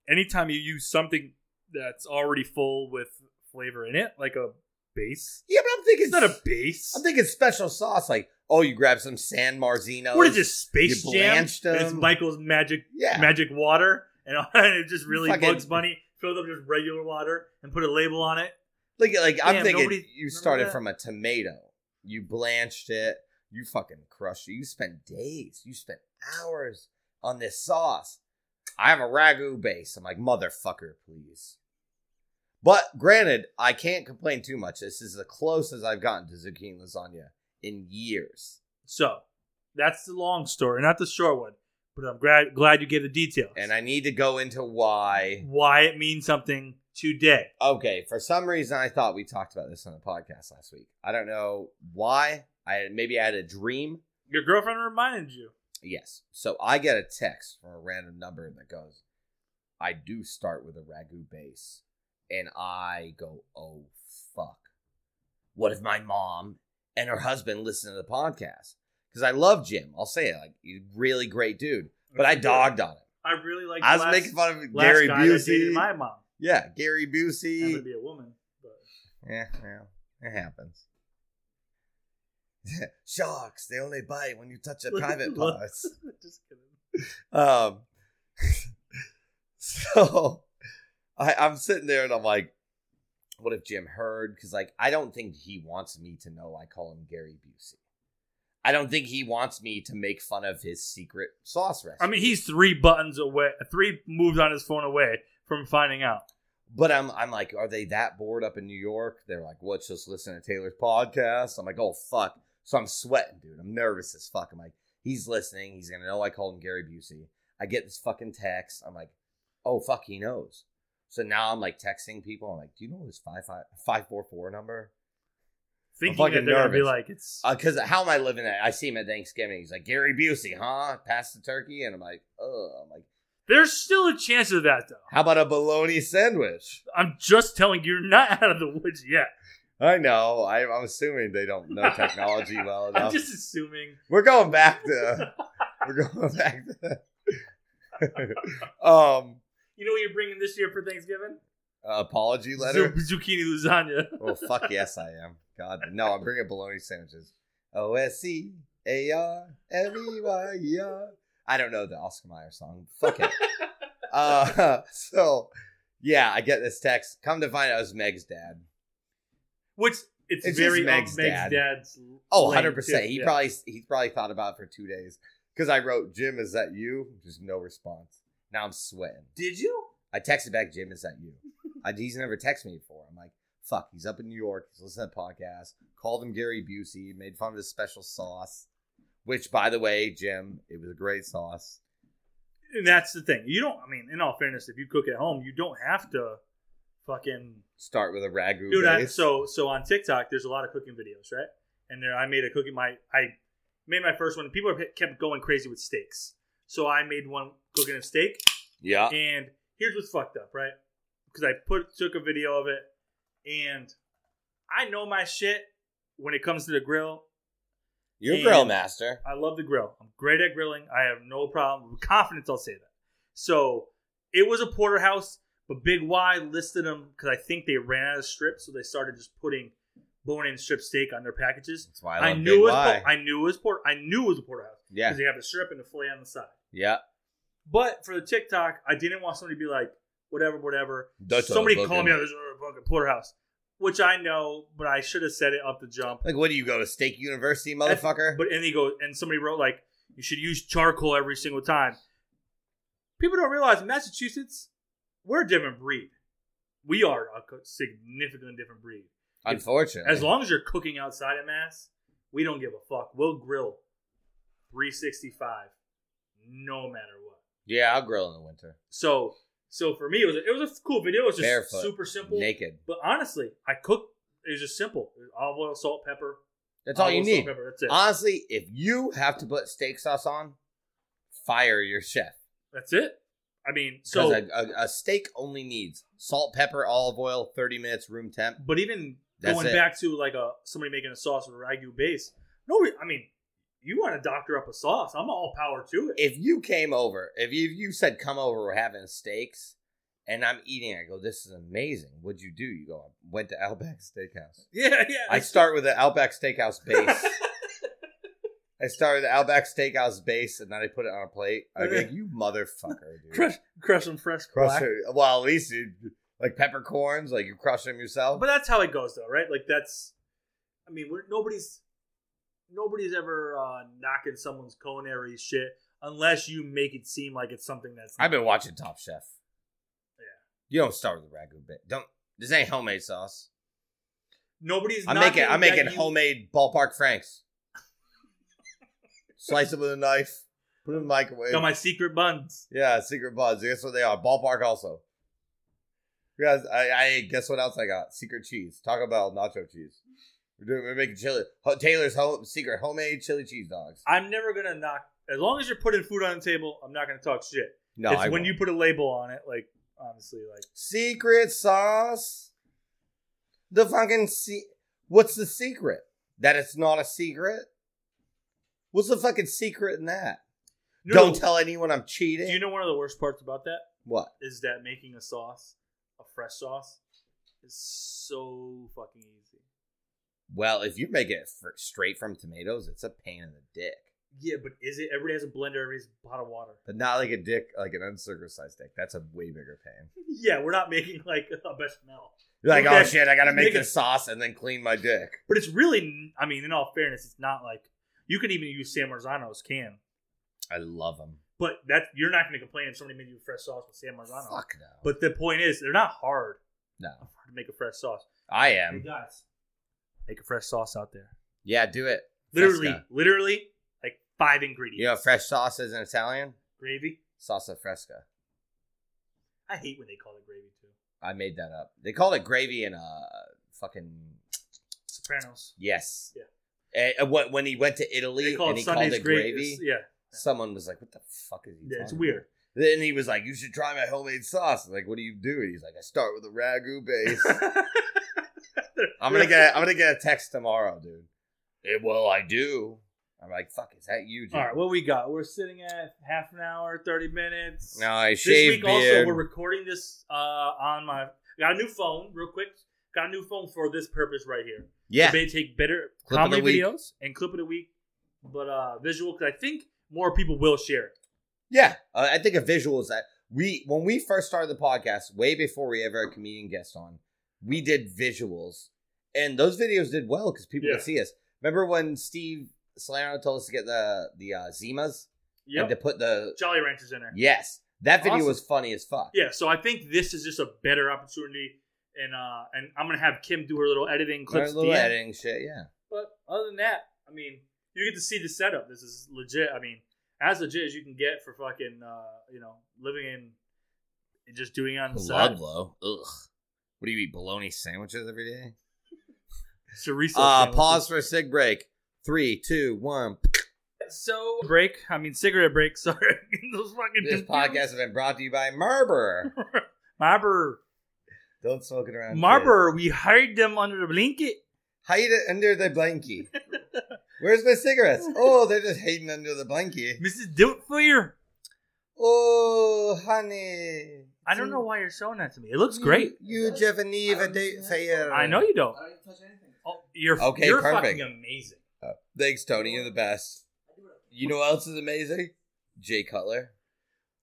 Speaker 2: anytime you use something that's already full with flavor in it, like a base,
Speaker 3: yeah, but I'm thinking
Speaker 2: it's not a base.
Speaker 3: I'm thinking special sauce, like oh, you grab some San Marzino.
Speaker 2: what is this Space
Speaker 3: you
Speaker 2: Jam?
Speaker 3: blanched
Speaker 2: And It's
Speaker 3: them.
Speaker 2: Michael's magic
Speaker 3: Yeah,
Speaker 2: magic water, and it just really
Speaker 3: Fucking-
Speaker 2: Bugs Bunny filled up just regular water and put a label on it.
Speaker 3: like like I'm
Speaker 2: Damn,
Speaker 3: thinking
Speaker 2: nobody-
Speaker 3: you
Speaker 2: remember
Speaker 3: started
Speaker 2: that?
Speaker 3: from a tomato, you blanched it, you fucking crushed it. You spent days, you spent hours on this sauce. I have a ragu base. I'm like motherfucker, please. But granted, I can't complain too much. This is the closest I've gotten to zucchini lasagna in years,
Speaker 2: So that's the long story, not the short one. But I'm glad glad you gave the details.
Speaker 3: and I need to go into why.
Speaker 2: why it means something today.
Speaker 3: Okay, for some reason I thought we talked about this on the podcast last week. I don't know why. I maybe I had a dream.
Speaker 2: Your girlfriend reminded you.
Speaker 3: Yes. So I get a text from a random number that goes, "I do start with a ragu base," and I go, "Oh fuck! What if my mom and her husband listen to the podcast?" Because I love Jim. I'll say it. Like, he's a really great dude. But I dogged on him.
Speaker 2: I really like.
Speaker 3: I was
Speaker 2: last,
Speaker 3: making fun of
Speaker 2: last
Speaker 3: Gary
Speaker 2: guy that dated
Speaker 3: Busey.
Speaker 2: My mom
Speaker 3: yeah, Gary Busey.
Speaker 2: happened to be a woman. But
Speaker 3: Yeah, Eh, well, it happens. Sharks, they only bite when you touch their private parts.
Speaker 2: Just kidding.
Speaker 3: Um, so I, I'm sitting there and I'm like, what if Jim heard? Because like I don't think he wants me to know I call him Gary Busey. I don't think he wants me to make fun of his secret sauce recipe.
Speaker 2: I mean, he's three buttons away, three moves on his phone away from finding out.
Speaker 3: But I'm I'm like, are they that bored up in New York? They're like, what's just listening to Taylor's podcast? I'm like, oh fuck. So I'm sweating, dude. I'm nervous as fuck. I'm like, he's listening. He's gonna know I called him Gary Busey. I get this fucking text. I'm like, oh fuck, he knows. So now I'm like texting people. I'm like, do you know his five five five four four number?
Speaker 2: Thinking
Speaker 3: fucking
Speaker 2: that they're gonna be
Speaker 3: nervous.
Speaker 2: like, it's
Speaker 3: Because how am I living that? I see him at Thanksgiving. He's like Gary Busey, huh? Pass the turkey, and I'm like, oh, I'm like,
Speaker 2: there's still a chance of that though.
Speaker 3: how about a bologna sandwich?
Speaker 2: I'm just telling you, you're not out of the woods yet.
Speaker 3: I know. I, I'm assuming they don't know technology well enough.
Speaker 2: I'm just assuming.
Speaker 3: We're going back to. we're going back to. um,
Speaker 2: You know what you're bringing this year for Thanksgiving?
Speaker 3: apology letter.
Speaker 2: Zu- zucchini lasagna.
Speaker 3: oh fuck yes, I am. God, no, I'm bringing bologna sandwiches. O S C A R L E Y E R. I don't know the Oscar Mayer song. Fuck it. uh, so yeah, I get this text. Come to find out, it was Meg's dad.
Speaker 2: Which it's,
Speaker 3: It's
Speaker 2: very
Speaker 3: just
Speaker 2: Meg's,
Speaker 3: Meg's
Speaker 2: Meg's
Speaker 3: dad.
Speaker 2: dad's.
Speaker 3: Oh,
Speaker 2: lane,
Speaker 3: 100 percent.
Speaker 2: too.
Speaker 3: He
Speaker 2: Yeah.
Speaker 3: probably he probably thought about it for two days because I wrote Jim, is that you? Just no response. Now I'm sweating.
Speaker 2: did you?
Speaker 3: I texted back, Jim, is that you? I, he's never texted me before. I'm like, fuck, he's up in New York. He's listening to the podcast. Called him Gary Busey. Made fun of his special sauce, which, by the way, Jim, it was a great sauce.
Speaker 2: And that's the thing. You don't. I mean, in all fairness, if you cook at home, you don't have to fucking
Speaker 3: Start with a ragu
Speaker 2: dude. I,
Speaker 3: base.
Speaker 2: so so on TikTok, there's a lot of cooking videos, right? And there, I made a cooking. My I made my first one. People have kept going crazy with steaks, so I made one cooking a steak.
Speaker 3: yeah,
Speaker 2: And here's what's fucked up, right? Because I put took a video of it, and I know my shit when it comes to the grill.
Speaker 3: you're a
Speaker 2: and-
Speaker 3: grill master.
Speaker 2: I love the grill. I'm great at grilling. I have no problem. With confidence, I'll say that. So it was a porterhouse, but Big Y listed them because I think they ran out of strips, so they started just putting bone in strip steak on their packages.
Speaker 3: That's why
Speaker 2: I,
Speaker 3: I love
Speaker 2: knew
Speaker 3: Big
Speaker 2: it was
Speaker 3: Y.
Speaker 2: por- I knew it was port I knew it was a porterhouse
Speaker 3: yeah,
Speaker 2: because they have the strip and the fillet on the side.
Speaker 3: yeah.
Speaker 2: But for the TikTok, I didn't want somebody to be like, whatever, whatever.
Speaker 3: That's a
Speaker 2: somebody
Speaker 3: fucking-
Speaker 2: called me out this uh, fucking porterhouse, which I know, but I should have said it up the jump.
Speaker 3: Like, what do you go to Steak University, motherfucker?
Speaker 2: But and he goes, and somebody wrote like, you should use charcoal every single time. People don't realize in Massachusetts, we're a different breed. We are a co- significantly different breed.
Speaker 3: Unfortunately,
Speaker 2: As long as you're cooking outside of Mass, we don't give a fuck. We'll grill 365, no matter what.
Speaker 3: yeah, I'll grill in the winter,
Speaker 2: So, so for me, it was a, it was a cool video. It was just
Speaker 3: Barefoot.
Speaker 2: super simple.
Speaker 3: naked.
Speaker 2: But honestly, I cooked. It was just simple: It was olive oil, salt, pepper.
Speaker 3: That's all
Speaker 2: olive
Speaker 3: you
Speaker 2: oil, salt,
Speaker 3: need.
Speaker 2: Pepper. That's it.
Speaker 3: Honestly, if you have to put steak sauce on, fire your chef.
Speaker 2: That's it. I mean,
Speaker 3: Because
Speaker 2: so
Speaker 3: a, a, a steak only needs salt, pepper, olive oil, 30 minutes room temp.
Speaker 2: But even
Speaker 3: That's
Speaker 2: going
Speaker 3: it.
Speaker 2: back to like a somebody making a sauce with a ragu base, no, re- I mean, you want to doctor up a sauce. I'm all power to it.
Speaker 3: If you came over, if you, if you said, come over, we're having steaks, and I'm eating, I go, this is amazing. What'd you do? You go, I went to Outback Steakhouse.
Speaker 2: yeah, yeah.
Speaker 3: I start with the Outback Steakhouse base. I start with the Outback Steakhouse base, and then I put it on a plate. I'm like, you motherfucker, dude.
Speaker 2: crush, crush some fresh
Speaker 3: Crush
Speaker 2: black.
Speaker 3: it. Well, at least you, like peppercorns, like you crush them yourself.
Speaker 2: But that's how it goes, though, right? Like that's, I mean, we're, nobody's nobody's ever uh, knocking someone's culinary shit unless you make it seem like it's something that's.
Speaker 3: I've been watching Top Chef.
Speaker 2: Yeah.
Speaker 3: You don't start with the ragu bit. Don't. This ain't homemade sauce.
Speaker 2: nobody's.
Speaker 3: I'm making.
Speaker 2: knocking
Speaker 3: I'm
Speaker 2: that
Speaker 3: making
Speaker 2: you-
Speaker 3: homemade ballpark franks. Slice it with a knife. Put it in the microwave.
Speaker 2: Got my secret buns.
Speaker 3: yeah, secret buds. Guess what they are? Ballpark also. Guys, I, I guess what else I got? Secret cheese. Taco Bell nacho cheese. We're doing. We're making chili. Ho- Taylor's home secret homemade chili cheese dogs.
Speaker 2: I'm never gonna knock as long as you're putting food on the table. I'm not gonna talk shit.
Speaker 3: No,
Speaker 2: it's
Speaker 3: I
Speaker 2: when
Speaker 3: won't.
Speaker 2: you put a label on it, like honestly, like
Speaker 3: Secret sauce. The fucking se- What's the secret? That it's not a secret? What's the fucking secret in that?
Speaker 2: No,
Speaker 3: Don't
Speaker 2: no,
Speaker 3: tell anyone I'm cheating.
Speaker 2: Do you know one of the worst parts about that
Speaker 3: what?
Speaker 2: is that making a sauce, a fresh sauce, is so fucking easy.
Speaker 3: Well, if you make it fr- straight from tomatoes, it's a pain in the dick.
Speaker 2: Yeah, but is it? Everybody has a blender. Everybody has a pot of water.
Speaker 3: But not like a dick, like an uncircumcised dick. That's a way bigger pain.
Speaker 2: Yeah, we're not making like a bechamel,
Speaker 3: You're like,
Speaker 2: Okay.
Speaker 3: oh shit, I gotta make
Speaker 2: Make it-
Speaker 3: this sauce and then clean my dick.
Speaker 2: but it's really. I mean, in all fairness, it's not like you could even use San Marzano's can,
Speaker 3: I love them.
Speaker 2: but that you're not going to complain if somebody made you a fresh sauce with San Marzano.
Speaker 3: Fuck no.
Speaker 2: But the point is, they're not hard
Speaker 3: no,
Speaker 2: to make a fresh sauce.
Speaker 3: I
Speaker 2: Hey
Speaker 3: am.
Speaker 2: guys, make a fresh sauce out there.
Speaker 3: Yeah, do it.
Speaker 2: Literally,
Speaker 3: Fresca.
Speaker 2: literally, like five ingredients.
Speaker 3: You know, what fresh sauce is in Italian
Speaker 2: Gravy.
Speaker 3: salsa fresca.
Speaker 2: I hate when they call it gravy too.
Speaker 3: I made that up. They called it gravy in uh fucking
Speaker 2: Sopranos.
Speaker 3: yes.
Speaker 2: Yeah.
Speaker 3: Yeah. when when he went to
Speaker 2: They
Speaker 3: Italy
Speaker 2: call
Speaker 3: and
Speaker 2: it
Speaker 3: he
Speaker 2: Sunday's
Speaker 3: called it
Speaker 2: gra-
Speaker 3: gravy,
Speaker 2: it's- Yeah,
Speaker 3: someone was like, "What the fuck is he?"
Speaker 2: yeah, it's
Speaker 3: talking
Speaker 2: weird.
Speaker 3: about?" Then he was like, "You should try my homemade sauce." I'm like, what do you do? He's like, "I start with a ragu base." I'm gonna get I'm gonna get a text tomorrow, dude. "Eh, well, I do. I'm like, "Fuck, is that you?" Dude?
Speaker 2: All right, what we got? We're sitting at half an hour, thirty minutes.
Speaker 3: no, I
Speaker 2: this
Speaker 3: shaved
Speaker 2: week also
Speaker 3: beard.
Speaker 2: we're recording this uh, on my. Got a new phone, real quick. Got a new phone for this purpose right here.
Speaker 3: yeah,
Speaker 2: They take better
Speaker 3: Clip of the
Speaker 2: comedy
Speaker 3: week.
Speaker 2: videos and clip of the week, but uh visual because I think more people will share. it.
Speaker 3: Yeah, uh, I think a visual is that we when we first started the podcast, way before we ever had a comedian guest on, we did visuals, and those videos did well because people
Speaker 2: Yeah.
Speaker 3: could see us. Remember when Steve Salerno told us to get the the uh, Zimas and to
Speaker 2: Yep,
Speaker 3: put the
Speaker 2: Jolly Ranchers in there.
Speaker 3: yes, that video
Speaker 2: Awesome.
Speaker 3: was funny as fuck.
Speaker 2: yeah so i think this is just a better opportunity and uh and i'm gonna have kim do her little editing clips
Speaker 3: Our
Speaker 2: at
Speaker 3: little
Speaker 2: the end.
Speaker 3: editing shit. Yeah,
Speaker 2: but other than that i mean you get to see the setup this is legit i mean as legit as you can get for fucking uh you know living in and just doing it on the side
Speaker 3: Ludlow. Ugh, what do you eat? Bologna sandwiches every day.
Speaker 2: Chorizo
Speaker 3: Uh,
Speaker 2: sandwiches.
Speaker 3: pause for a sig break. Three, two, one.
Speaker 2: so break i mean cigarette break sorry those fucking
Speaker 3: This
Speaker 2: confused.
Speaker 3: podcast has been brought to you by Marber.
Speaker 2: marber
Speaker 3: Don't smoke it around. kids.
Speaker 2: marber we hide them under the blanket
Speaker 3: Hide it under the blankie. Where's my cigarettes? Oh, they're just hiding under the blankie.
Speaker 2: mrs doubtfire
Speaker 3: Oh, honey.
Speaker 2: i don't know why you're showing that to me it looks great
Speaker 3: You, you Genevieve
Speaker 4: I don't
Speaker 3: de
Speaker 4: understand.
Speaker 3: Fair.
Speaker 2: i know you don't
Speaker 4: I don't even touch anything.
Speaker 2: Oh, you're
Speaker 3: Mm. Okay,
Speaker 2: You're
Speaker 3: perfect.
Speaker 2: fucking amazing.
Speaker 3: Uh, thanks, Tony. You're the best. You know what else is amazing? Jay Cutler.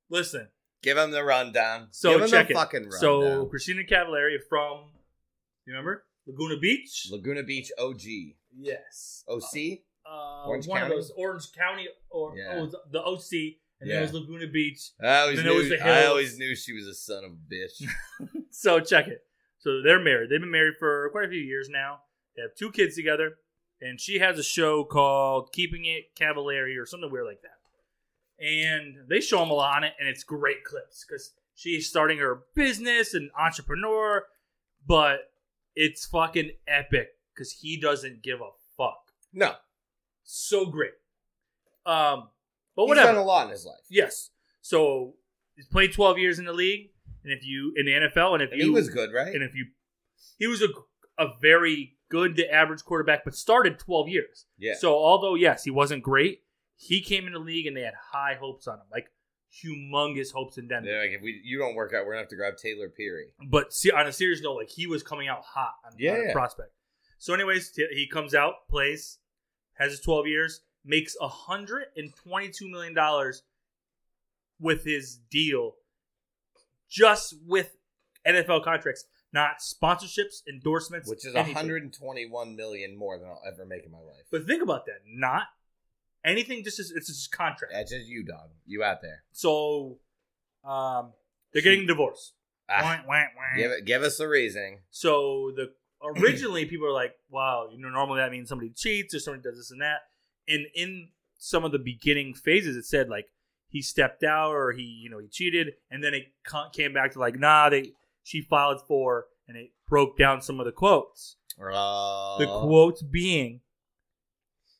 Speaker 2: Listen,
Speaker 3: Give him the rundown.
Speaker 2: so
Speaker 3: Give him
Speaker 2: check
Speaker 3: the
Speaker 2: it.
Speaker 3: fucking rundown.
Speaker 2: so Christina Cavallari from, you remember Laguna Beach?
Speaker 3: Laguna Beach OG.
Speaker 2: yes.
Speaker 3: OC?
Speaker 2: Uh,
Speaker 3: Orange
Speaker 2: one
Speaker 3: County?
Speaker 2: of those Orange County or
Speaker 3: Yeah.
Speaker 2: oh, it was the OC, and then
Speaker 3: Yeah.
Speaker 2: it was Laguna Beach.
Speaker 3: I always,
Speaker 2: Then it
Speaker 3: knew,
Speaker 2: was the
Speaker 3: I
Speaker 2: Hills.
Speaker 3: always knew she was a son of a bitch.
Speaker 2: So check it. So they're married. They've been married for quite a few years now. They have two kids together, and she has a show called Keeping It Cavallari or something weird like that. And they show them a lot on it, and it's great clips because she's starting her business and entrepreneur, but it's fucking epic because he doesn't give a fuck.
Speaker 3: no.
Speaker 2: So great. Um, but
Speaker 3: He's
Speaker 2: whatever.
Speaker 3: done a lot in his life.
Speaker 2: yes. So he's played 12 years in the league, and if you in the NFL, and if
Speaker 3: And
Speaker 2: you
Speaker 3: he was good, right?
Speaker 2: and if you, he was a a very good to average quarterback, but started 12 years.
Speaker 3: yeah.
Speaker 2: So although yes, he wasn't great, he came in the league and they had high hopes on him, like humongous hopes in Denver.
Speaker 3: They're like, if we, you don't work out, we're going to have to grab Taylor Peary.
Speaker 2: But see, on a serious note, like he was coming out hot on,
Speaker 3: Yeah,
Speaker 2: on a
Speaker 3: yeah.
Speaker 2: prospect. So, anyways, t- he comes out, plays, has his 12 years, makes 122 million dollars with his deal, just with NFL contracts, not sponsorships, endorsements,
Speaker 3: Which is
Speaker 2: anything.
Speaker 3: 121 million more than I'll ever make in my life.
Speaker 2: But think about that, not anything. Just as, it's just contract.
Speaker 3: That's just you, dog. You out there.
Speaker 2: So, um, they're getting divorced.
Speaker 3: Ah,
Speaker 2: Wah, wah, wah.
Speaker 3: give, it, give us the reasoning.
Speaker 2: So the originally people are like, wow, you know, normally that means somebody cheats or somebody does this and that. And in some of the beginning phases, it said like he stepped out or he, you know, he cheated, and then it ca- came back to like, nah, they she filed for, and it broke down some of the quotes.
Speaker 3: Oh.
Speaker 2: The quotes being,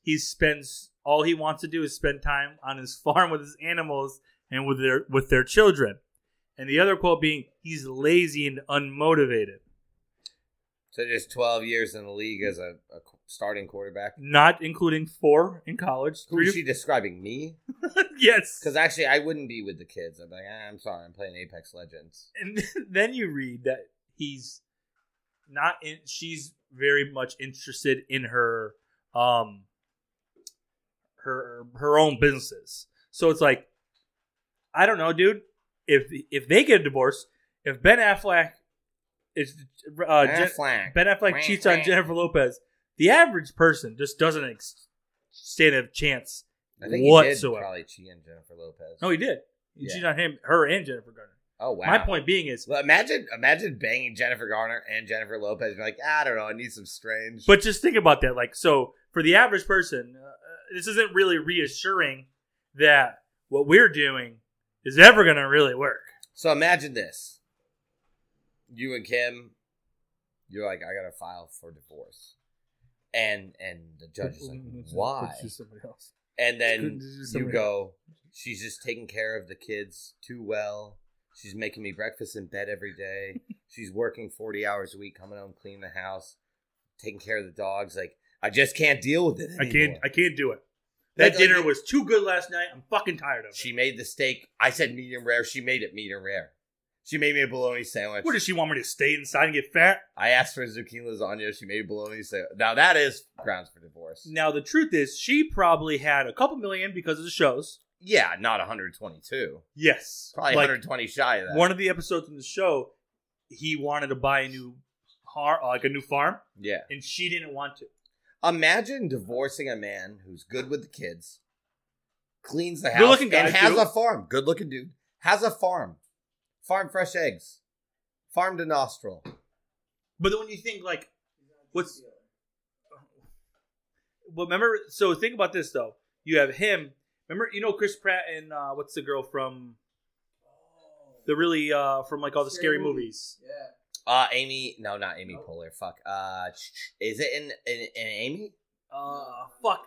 Speaker 2: he spends all he wants to do is spend time on his farm with his animals and with their with their children. And the other quote being, he's lazy and unmotivated.
Speaker 3: So just 12 years in the league as a, a qu- starting quarterback.
Speaker 2: not including four in college.
Speaker 3: Who
Speaker 2: Three
Speaker 3: is she describing? Me?
Speaker 2: yes.
Speaker 3: Because actually, I wouldn't be with the kids. I'd be like, ah, I'm sorry, I'm playing Apex Legends.
Speaker 2: And then you read that he's not in she's very much interested in her um her her own businesses. So it's like I don't know, dude. If if they get a divorce, if Ben Affleck is uh,
Speaker 3: Ah,
Speaker 2: Jen-
Speaker 3: Affleck.
Speaker 2: Ben Affleck cheats on Jennifer Lopez, the average person just doesn't ex- stand a chance
Speaker 3: I think
Speaker 2: whatsoever.
Speaker 3: he did probably cheat on Jennifer Lopez.
Speaker 2: No, he did. He
Speaker 3: Yeah.
Speaker 2: cheated on him, her, and Jennifer Garner.
Speaker 3: oh wow.
Speaker 2: My point being is,
Speaker 3: Well, imagine, imagine banging Jennifer Garner and Jennifer Lopez. and be like, "Ah, I don't know, I need some strange.
Speaker 2: but just think about that. Like, so for the average person, uh, this isn't really reassuring that what we're doing is ever going to really work.
Speaker 3: so imagine this: you and Kim, you're like, I gotta file for divorce, and and the judge is like, why?
Speaker 2: somebody else.
Speaker 3: And then
Speaker 2: Just do
Speaker 3: you
Speaker 2: somebody
Speaker 3: go, she's just taking care of the kids too well. She's making me breakfast in bed every day. she's working 40 hours a week, coming home, cleaning the house, taking care of the dogs. Like, I just can't deal with it.
Speaker 2: I can't.
Speaker 3: anymore.
Speaker 2: I can't do it. That
Speaker 3: Like,
Speaker 2: dinner
Speaker 3: like,
Speaker 2: was too good last night. I'm fucking tired of it.
Speaker 3: She made the steak. I said medium rare. She made it medium rare. She made me a bologna sandwich.
Speaker 2: what does she want me to stay inside and get fat?
Speaker 3: I asked for zucchini lasagna. She made bologna sandwich. Now, that is grounds for divorce.
Speaker 2: Now the truth is, she probably had a couple million because of the shows.
Speaker 3: Yeah, not 122.
Speaker 2: Yes,
Speaker 3: Probably
Speaker 2: Like,
Speaker 3: 120 shy of that.
Speaker 2: one of the episodes in the show, he wanted to buy a new har- uh, like a new farm,
Speaker 3: yeah.
Speaker 2: and she didn't want to.
Speaker 3: Imagine divorcing a man who's good with the kids, cleans the house,
Speaker 2: Good-looking
Speaker 3: and
Speaker 2: guy,
Speaker 3: has
Speaker 2: too.
Speaker 3: a farm. Good looking dude. Has a farm. Farm fresh eggs. Farm to nostril.
Speaker 2: But then when you think like, what's well, remember? So think about this though. You have him. Remember, you know Chris Pratt and uh, what's the girl from the really uh, from like all the scary,
Speaker 4: Scary
Speaker 2: movies?
Speaker 4: Oh. Yeah.
Speaker 3: Uh, Amy. No, not Amy
Speaker 4: Nope.
Speaker 3: Poehler. Fuck. Uh, ch- ch- is it in in, in Amy?
Speaker 2: Uh, fuck,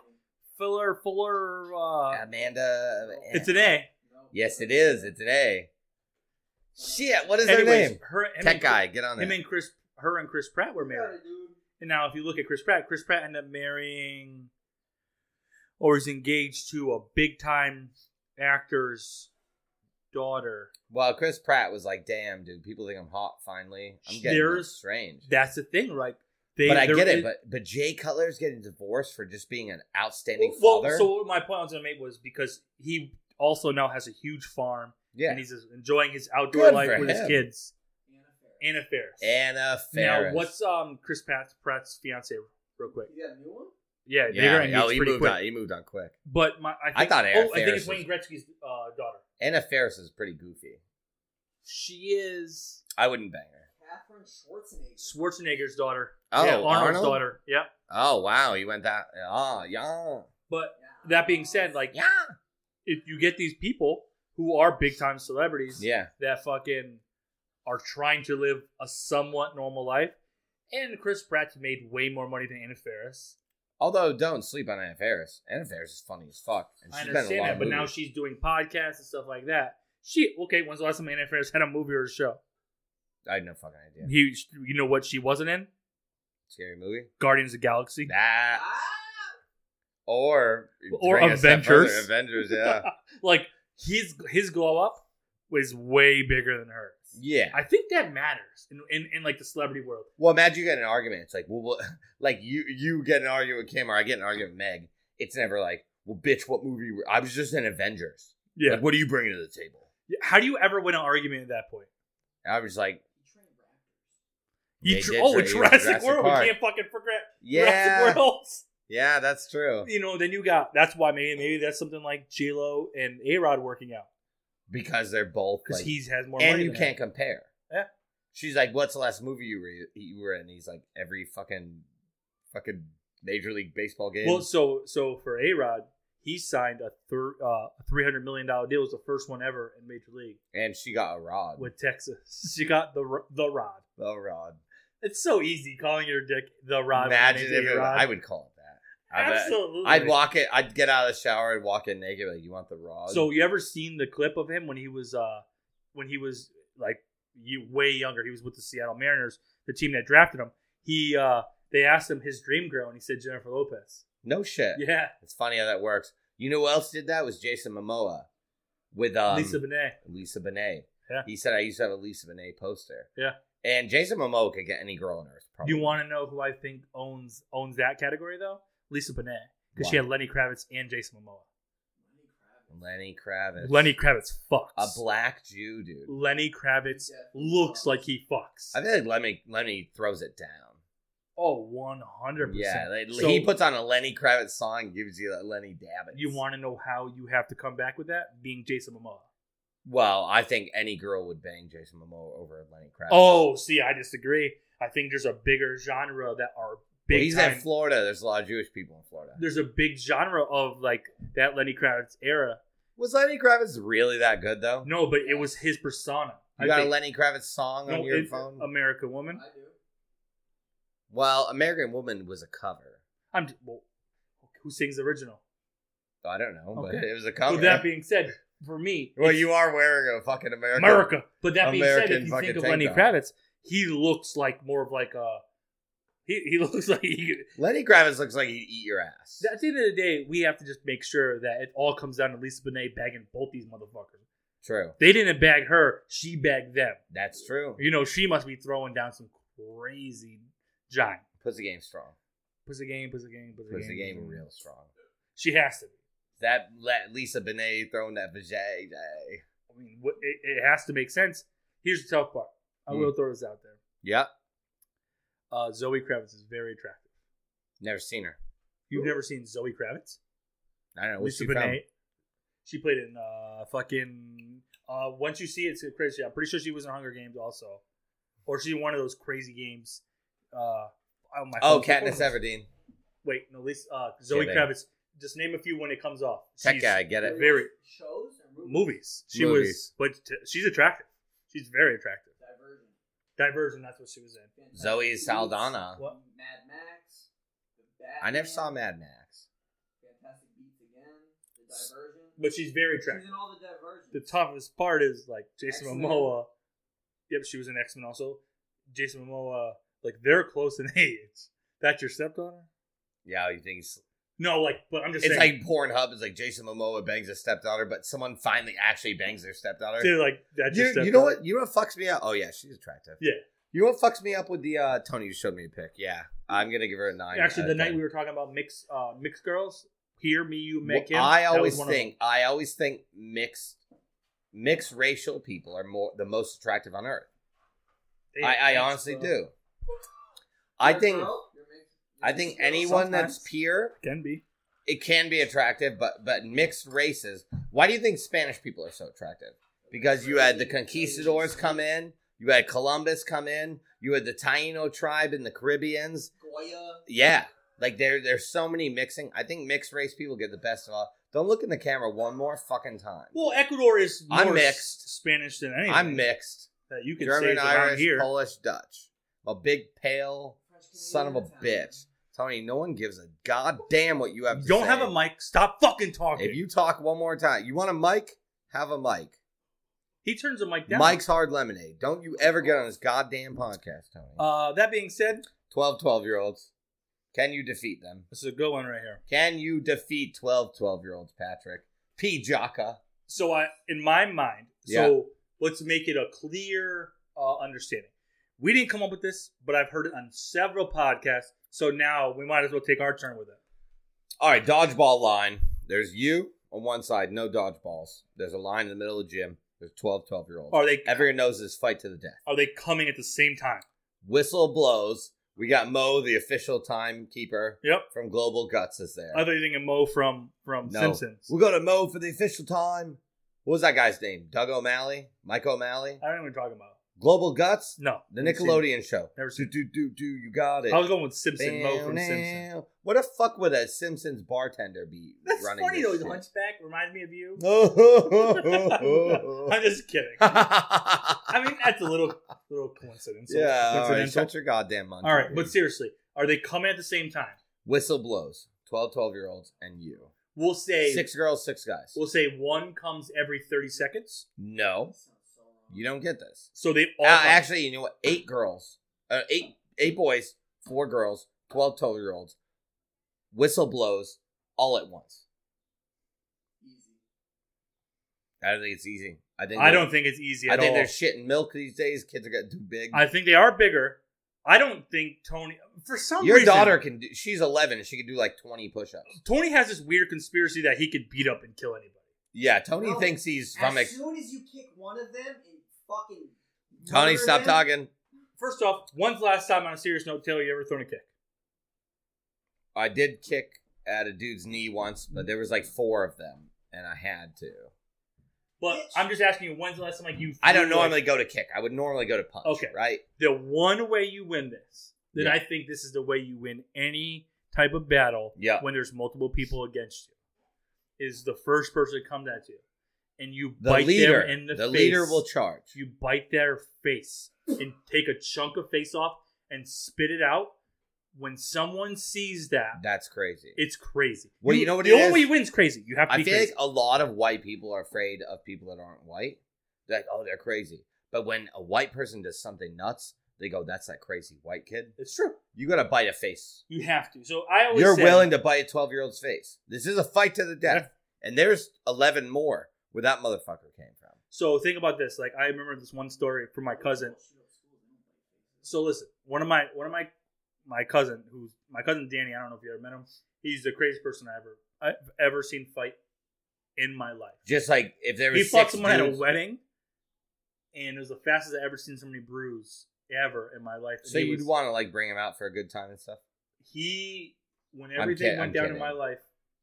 Speaker 2: Fuller, Fuller. Uh,
Speaker 3: Amanda. eh.
Speaker 2: It's an A.
Speaker 4: No.
Speaker 3: Yes, it is. It's an A. Shit. What is her
Speaker 2: Anyways,
Speaker 3: name?
Speaker 2: her him
Speaker 3: Tech
Speaker 2: and-
Speaker 3: guy. Get on
Speaker 2: Him
Speaker 3: there.
Speaker 2: and Chris, her and Chris Pratt were
Speaker 4: You
Speaker 2: married.
Speaker 4: got it, dude.
Speaker 2: And now, if you look at Chris Pratt, Chris Pratt ended up marrying or is engaged to a big time actor's daughter.
Speaker 3: Well, Chris Pratt was like, "Damn, dude. People think I'm hot. Finally, I'm getting
Speaker 2: There's-
Speaker 3: strange."
Speaker 2: That's the thing, right? They,
Speaker 3: but I
Speaker 2: there
Speaker 3: get it.
Speaker 2: is-
Speaker 3: But but Jay Cutler's getting divorced for just being an outstanding
Speaker 2: well,
Speaker 3: father.
Speaker 2: so what my point I was going to make was because he also now has a huge farm
Speaker 3: yeah,
Speaker 2: and he's just enjoying his outdoor
Speaker 3: Good
Speaker 2: life
Speaker 3: for
Speaker 2: with his
Speaker 3: him.
Speaker 2: kids.
Speaker 4: Anna Faris.
Speaker 2: Anna Ferris.
Speaker 3: Anna
Speaker 2: Now,
Speaker 3: Faris.
Speaker 2: what's um Chris Pratt's, Pratt's fiance? Real quick.
Speaker 4: You got a new one?
Speaker 2: Yeah, they're
Speaker 3: yeah,
Speaker 2: going
Speaker 3: yeah,
Speaker 2: to
Speaker 3: oh, he
Speaker 2: pretty
Speaker 3: moved
Speaker 2: quick.
Speaker 3: on. He moved on quick.
Speaker 2: But my, I, think,
Speaker 3: I thought
Speaker 2: oh,
Speaker 3: Anna
Speaker 2: I think
Speaker 3: Faris
Speaker 2: it's Wayne Gretzky's uh, daughter.
Speaker 3: Anna Faris is pretty goofy.
Speaker 2: She is
Speaker 3: I wouldn't bang her.
Speaker 4: Catherine Schwarzenegger.
Speaker 2: Schwarzenegger's daughter.
Speaker 3: Oh,
Speaker 2: yeah, Arnold's
Speaker 3: Arnold?
Speaker 2: daughter. Yeah.
Speaker 3: Oh wow, he went that. Oh yeah,
Speaker 2: But that being said, like
Speaker 3: yeah,
Speaker 2: if you get these people who are big time celebrities
Speaker 3: yeah.
Speaker 2: that fucking are trying to live a somewhat normal life, and Chris Pratt made way more money than Anna Faris.
Speaker 3: Although, don't sleep on Anna Faris. Anna Faris is funny as fuck. And
Speaker 2: I
Speaker 3: she's been in a
Speaker 2: understand
Speaker 3: lot
Speaker 2: that,
Speaker 3: of
Speaker 2: but now
Speaker 3: movies.
Speaker 2: she's doing podcasts and stuff like that. She okay. When's the last time Anna Faris had a movie or a show?
Speaker 3: I had no fucking idea.
Speaker 2: He, you know what she wasn't in?
Speaker 3: Scary movie.
Speaker 2: Guardians of the Galaxy.
Speaker 3: That
Speaker 4: Ah!
Speaker 3: or
Speaker 2: Or
Speaker 3: bring it a step further,
Speaker 2: Avengers.
Speaker 3: Avengers. Yeah,
Speaker 2: like his his glow up was way bigger than hers.
Speaker 3: yeah.
Speaker 2: I think that matters in, in in like the celebrity world.
Speaker 3: Well, imagine you get in an argument. It's like, well, what, like you you get in an argument with Kim, or I get in an argument with Meg. It's never like, well, bitch, what movie? Were, I was just in Avengers.
Speaker 2: Yeah.
Speaker 3: Like, what are you bringing to the table?
Speaker 2: How do you ever win an argument at that point?
Speaker 3: And I was like,
Speaker 4: He trained rappers.
Speaker 2: You
Speaker 3: They
Speaker 2: tr-
Speaker 3: did
Speaker 2: oh,
Speaker 3: tra-
Speaker 2: it's
Speaker 3: yeah,
Speaker 2: Jurassic,
Speaker 3: Jurassic
Speaker 2: World.
Speaker 3: Park.
Speaker 2: We can't fucking forget
Speaker 3: yeah,
Speaker 2: Jurassic World.
Speaker 3: yeah, that's true.
Speaker 2: You know, then you got that's why maybe maybe that's something like J Lo and A Rod working out
Speaker 3: Because they're both
Speaker 2: because
Speaker 3: like,
Speaker 2: he has more
Speaker 3: and
Speaker 2: money.
Speaker 3: you
Speaker 2: than
Speaker 3: can't compare.
Speaker 2: Yeah.
Speaker 3: She's like, "What's the last movie you were you were in?" He's like, "Every fucking fucking major league baseball
Speaker 2: her.
Speaker 3: game."
Speaker 2: Well, so so for A Rod, he signed a thir- uh, three hundred million dollar deal. It was the first one ever in Major League
Speaker 3: and she got a rod.
Speaker 2: with Texas. She got the r- the Rod.
Speaker 3: a rod.
Speaker 2: It's so easy calling your dick the Rod.
Speaker 3: Imagine
Speaker 2: when they
Speaker 3: if
Speaker 2: say
Speaker 3: it,
Speaker 2: Rod.
Speaker 3: I would call it that. I bet.
Speaker 2: Absolutely.
Speaker 3: I'd walk it. I'd get out of the shower and walk in naked. Like, you want the rod?
Speaker 2: So you ever seen the clip of him when he was uh when he was like you way younger? He was with the Seattle Mariners, the team that drafted him. He uh they asked him his dream girl, and he said Jennifer Lopez.
Speaker 3: no shit.
Speaker 2: Yeah,
Speaker 3: It's funny how that works. You know who else did that? Was Jason Momoa with um,
Speaker 2: Lisa Bonet.
Speaker 3: Lisa Bonet.
Speaker 2: Yeah.
Speaker 3: He said I used to have a Lisa Bonet poster.
Speaker 2: Yeah.
Speaker 3: And Jason Momoa could get any girl on earth. Probably.
Speaker 2: You want to know who I think owns owns that category though? Lisa Bonet, because she
Speaker 3: Why?
Speaker 2: had Lenny Kravitz and Jason Momoa.
Speaker 4: Lenny Kravitz.
Speaker 2: Lenny
Speaker 3: Lenny Kravitz.
Speaker 2: Kravitz fucks.
Speaker 3: A black Jew, dude.
Speaker 2: Lenny Kravitz looks like he fucks.
Speaker 3: I feel like Lenny Lenny throws it down.
Speaker 2: Oh, one hundred
Speaker 3: Yeah,
Speaker 2: percent.
Speaker 3: like, he puts on a Lenny Kravitz song, and gives you a Lenny Davitz.
Speaker 2: You want to know how you have to come back with that? Being Jason Momoa.
Speaker 3: Well, I think any girl would bang Jason Momoa over Lenny Kravitz.
Speaker 2: Oh, see, I disagree. I think there's a bigger genre that are
Speaker 3: Well,
Speaker 2: big.
Speaker 3: he's
Speaker 2: time-
Speaker 3: in Florida. There's a lot of Jewish people in Florida.
Speaker 2: There's a big genre of like that Lenny Kravitz era.
Speaker 3: Was Lenny Kravitz really that good though?
Speaker 2: No, but it was his persona.
Speaker 3: You got
Speaker 2: think-
Speaker 3: a Lenny Kravitz song on
Speaker 2: No,
Speaker 3: your
Speaker 2: it- um,
Speaker 3: phone?
Speaker 2: American Woman.
Speaker 4: I do.
Speaker 3: well, American Woman was a cover.
Speaker 2: I'm well, who sings the original.
Speaker 3: So I don't know, but
Speaker 2: Okay.
Speaker 3: it was a cover.
Speaker 2: With that being said, for me,
Speaker 3: well,
Speaker 2: it's
Speaker 3: you are wearing a fucking American.
Speaker 2: America. But that being said,
Speaker 3: American
Speaker 2: if you
Speaker 3: fucking
Speaker 2: think of
Speaker 3: tank
Speaker 2: Lenny
Speaker 3: top.
Speaker 2: Kravitz, he looks like more of like a. He, he looks like he,
Speaker 3: Lenny Kravitz looks like he'd eat your ass.
Speaker 2: at the end of the day, we have to just make sure that it all comes down to Lisa Bonet bagging both these motherfuckers.
Speaker 3: True.
Speaker 2: They didn't bag her; she bagged them.
Speaker 3: That's true.
Speaker 2: You know, she must be throwing down some crazy giant.
Speaker 3: Pussy game strong.
Speaker 2: Pussy game, pussy game, pussy,
Speaker 3: Pussy
Speaker 2: game,
Speaker 3: game real strong.
Speaker 2: She has to. be.
Speaker 3: That Le- Lisa Bonet throwing that vajay. day.
Speaker 2: I mean, what- it, it has to make sense. Here's the tough part. I
Speaker 3: Hmm.
Speaker 2: will throw this out there.
Speaker 3: Yep.
Speaker 2: Uh, Zoe Kravitz is very attractive.
Speaker 3: Never seen her.
Speaker 2: You've never seen Zoe Kravitz?
Speaker 3: I don't know. What's
Speaker 2: Lisa
Speaker 3: she from?
Speaker 2: Bonet. She played in uh, fucking. Uh, once you see it, it's crazy. I'm pretty sure she was in Hunger Games also, or she in one of those crazy games. Uh, oh my.
Speaker 3: Oh,
Speaker 2: phone's-
Speaker 3: Katniss Everdeen.
Speaker 2: Wait, no, Lisa. Uh, Zoe
Speaker 3: Kidding.
Speaker 2: Kravitz. Just name a few when it comes off.
Speaker 3: Tech
Speaker 2: She's-
Speaker 3: guy, get
Speaker 4: There
Speaker 3: it.
Speaker 4: was
Speaker 2: Very-
Speaker 4: shows and movies.
Speaker 2: movies. She
Speaker 3: Movies.
Speaker 2: was, but t- she's attractive. She's very attractive.
Speaker 4: Divergent.
Speaker 2: Divergent, that's what she was in.
Speaker 4: Fantastic
Speaker 3: Zoe
Speaker 4: Beasts,
Speaker 3: Saldana.
Speaker 2: What?
Speaker 4: Mad Max. The
Speaker 3: I never saw
Speaker 4: Batman,
Speaker 3: Mad Max.
Speaker 4: Fantastic Beasts again. The Divergent.
Speaker 2: But she's very
Speaker 4: She's
Speaker 2: attractive.
Speaker 4: in all the Divergent.
Speaker 2: The toughest part is like Jason
Speaker 4: X-Men.
Speaker 2: Momoa. Yep, she was in X Men also. Jason Momoa, like they're close in age. That's your stepdaughter?
Speaker 3: Yeah, you think he's
Speaker 2: No, like, but I'm just
Speaker 3: It's
Speaker 2: saying.
Speaker 3: like Pornhub is like Jason Momoa bangs his stepdaughter, but someone finally actually bangs their stepdaughter.
Speaker 2: they're like that's your
Speaker 3: you,
Speaker 2: stepdaughter.
Speaker 3: you know what? You know what fucks me out? Oh yeah, she's attractive.
Speaker 2: Yeah.
Speaker 3: You know what fucks me up with the uh, Tony? You showed me a pic. Yeah, I'm gonna give her a nine.
Speaker 2: Actually,
Speaker 3: out
Speaker 2: the
Speaker 3: of
Speaker 2: night
Speaker 3: 10.
Speaker 2: we were talking about mix uh, mix girls, here me you make him.
Speaker 3: Well, I
Speaker 2: that was
Speaker 3: always
Speaker 2: one of them.
Speaker 3: think I always think mixed mixed racial people are more the most attractive on earth.
Speaker 2: Hey,
Speaker 3: I, I
Speaker 2: thanks,
Speaker 3: honestly
Speaker 2: bro.
Speaker 3: do. I
Speaker 4: You're
Speaker 3: think
Speaker 4: broke, you're mixed-
Speaker 3: I
Speaker 4: you're
Speaker 3: think
Speaker 4: mixed girls.
Speaker 3: anyone that's
Speaker 2: Sometimes.
Speaker 3: pure,
Speaker 2: can be.
Speaker 3: it can be attractive, but but mixed races. Why do you think Spanish people are so attractive? Because you had the conquistadors come in, you had Columbus come in, you had the Taino tribe in the Caribbeans.
Speaker 4: Goya.
Speaker 3: Yeah, like there there's so many mixing. I think mixed race people get the best of all. Don't look in the camera one more fucking time.
Speaker 2: Well, Ecuador is more
Speaker 3: I'm mixed.
Speaker 2: s- Spanish than anything.
Speaker 3: I'm mixed.
Speaker 2: That you can say
Speaker 3: German,
Speaker 2: is around
Speaker 3: Irish,
Speaker 2: here.
Speaker 3: Polish, Dutch. I'm a big pale
Speaker 4: French Canadian,
Speaker 3: son of a
Speaker 4: Italian.
Speaker 3: bitch. Tony, no one gives a goddamn what you have to
Speaker 2: Don't
Speaker 3: say.
Speaker 2: have a mic. Stop fucking talking.
Speaker 3: If you talk one more time, you want a mic? Have a mic.
Speaker 2: he turns the mic down.
Speaker 3: Mike's Hard Lemonade. Don't you ever get on this goddamn podcast, Tony.
Speaker 2: Uh, that being said,
Speaker 3: 12, 12 year olds. Can you defeat them?
Speaker 2: this is a good one right here.
Speaker 3: Can you defeat 12, 12 year olds, Patrick? P. Jocka.
Speaker 2: So I, in my mind,
Speaker 3: Yeah.
Speaker 2: so let's make it a clear uh, understanding. We didn't come up with this, but I've heard it on several podcasts. So now we might as well take our turn with it.
Speaker 3: All right, dodgeball line. There's you on one side, no dodgeballs. There's a line in the middle of the gym. There's 12, 12 year olds.
Speaker 2: Are they
Speaker 3: Everyone knows this fight to the death.
Speaker 2: are they coming at the same time?
Speaker 3: Whistle blows. We got Mo, the official timekeeper
Speaker 2: Yep.
Speaker 3: from Global Guts, is there.
Speaker 2: I thought you were thinking Mo from from
Speaker 3: No.
Speaker 2: Simpsons.
Speaker 3: We'll go to Mo for the official time. What was that guy's name? Doug O'Malley? Mike O'Malley?
Speaker 2: I don't know what you're talking about.
Speaker 3: Global Guts?
Speaker 2: No,
Speaker 3: The
Speaker 2: Never seen
Speaker 3: Nickelodeon show.
Speaker 2: Never
Speaker 3: Do,
Speaker 2: seen.
Speaker 3: do, do, do. You got
Speaker 2: it.
Speaker 3: it.
Speaker 2: I was going with Simpson Mo from
Speaker 3: Bow,
Speaker 2: Simpsons.
Speaker 3: now. What the fuck would a Simpsons bartender be
Speaker 2: That's
Speaker 3: running
Speaker 2: funny though.
Speaker 3: this
Speaker 2: The
Speaker 3: shit?
Speaker 2: Hunchback reminds me of you. I'm
Speaker 3: yeah.
Speaker 2: just kidding. I mean, that's a little little coincidence.
Speaker 3: all right,
Speaker 2: Coincidental.
Speaker 3: shut your goddamn mouth.
Speaker 2: all right, but seriously, are they coming at the same time?
Speaker 3: whistle blows. 12, 12 year olds and you.
Speaker 2: We'll say
Speaker 3: Six girls, six guys.
Speaker 2: We'll say one comes every thirty seconds,
Speaker 3: no,
Speaker 4: That sounds so wrong.
Speaker 3: you don't get this.
Speaker 2: so they all.
Speaker 3: Uh,
Speaker 2: come.
Speaker 3: actually, you know what? Eight girls, uh, eight eight boys, four girls, 12, 12 year olds. Whistle blows all at once.
Speaker 4: Easy.
Speaker 3: I don't think it's easy. I think
Speaker 2: I
Speaker 3: they're-
Speaker 2: don't think it's easy
Speaker 3: I
Speaker 2: at
Speaker 3: think
Speaker 2: all.
Speaker 3: they're shitting milk these days. Kids are getting too big.
Speaker 2: I think they are bigger. I don't think Tony. For some
Speaker 3: Your
Speaker 2: reason,
Speaker 3: daughter can do. She's eleven. She can do like twenty push-ups.
Speaker 2: Tony has this weird conspiracy that he could beat up and kill anybody.
Speaker 3: Yeah, Tony
Speaker 4: No,
Speaker 3: thinks
Speaker 4: As
Speaker 3: he's from. Ex-
Speaker 4: soon as you kick one of them and fucking.
Speaker 3: Tony,
Speaker 4: murder
Speaker 3: stop
Speaker 4: them,
Speaker 3: talking.
Speaker 2: First off, when's the last time on a serious note, Taylor, you ever thrown a kick?
Speaker 3: I did kick at a dude's knee once, but there was like four of them, and I had to.
Speaker 2: But
Speaker 4: Bitch.
Speaker 2: I'm just asking you, when's the last time like you?
Speaker 3: I don't
Speaker 2: threw, like,
Speaker 3: normally go to kick. I would normally go to punch.
Speaker 2: Okay.
Speaker 3: right?
Speaker 2: the one way you win this, then
Speaker 3: Yeah.
Speaker 2: I think this is the way you win any type of battle
Speaker 3: Yeah.
Speaker 2: when there's multiple people against you, is the first person to come at you and you
Speaker 3: The
Speaker 2: bite
Speaker 3: leader,
Speaker 2: them in the,
Speaker 3: the,
Speaker 2: face.
Speaker 3: leader will charge.
Speaker 2: you bite their face and take a chunk of face off and spit it out. When someone sees that,
Speaker 3: That's crazy.
Speaker 2: it's crazy.
Speaker 3: Well, you know what
Speaker 2: The only
Speaker 3: it is?
Speaker 2: way you win's crazy. You have to
Speaker 3: I
Speaker 2: be
Speaker 3: feel
Speaker 2: crazy.
Speaker 3: like a lot of white people are afraid of people that aren't white. They're like, oh, they're crazy. But when a white person does something nuts, they go, "That's that crazy white kid."
Speaker 2: it's true.
Speaker 3: You gotta bite a face.
Speaker 2: You have to. So I always
Speaker 3: You're
Speaker 2: say-
Speaker 3: willing to bite a 12 year old's face. This is a fight to the death.
Speaker 2: Yeah.
Speaker 3: And there's 11 more where that motherfucker came from.
Speaker 2: So think about this. Like I remember this one story from my cousin. So listen, one of my one of my my cousin who's my cousin Danny. I don't know if you ever met him. He's the craziest person I ever I've ever seen fight in my life.
Speaker 3: Just like if there was
Speaker 2: He fought
Speaker 3: six
Speaker 2: someone at a
Speaker 3: dudes-
Speaker 2: wedding, and it was the fastest I ever seen somebody bruise ever in my life. And
Speaker 3: So
Speaker 2: he
Speaker 3: you'd
Speaker 2: was-
Speaker 3: want to like bring him out for a good time and stuff.
Speaker 2: he when
Speaker 3: I'm
Speaker 2: everything
Speaker 3: kid-
Speaker 2: went
Speaker 3: I'm
Speaker 2: down in
Speaker 3: kidding.
Speaker 2: my life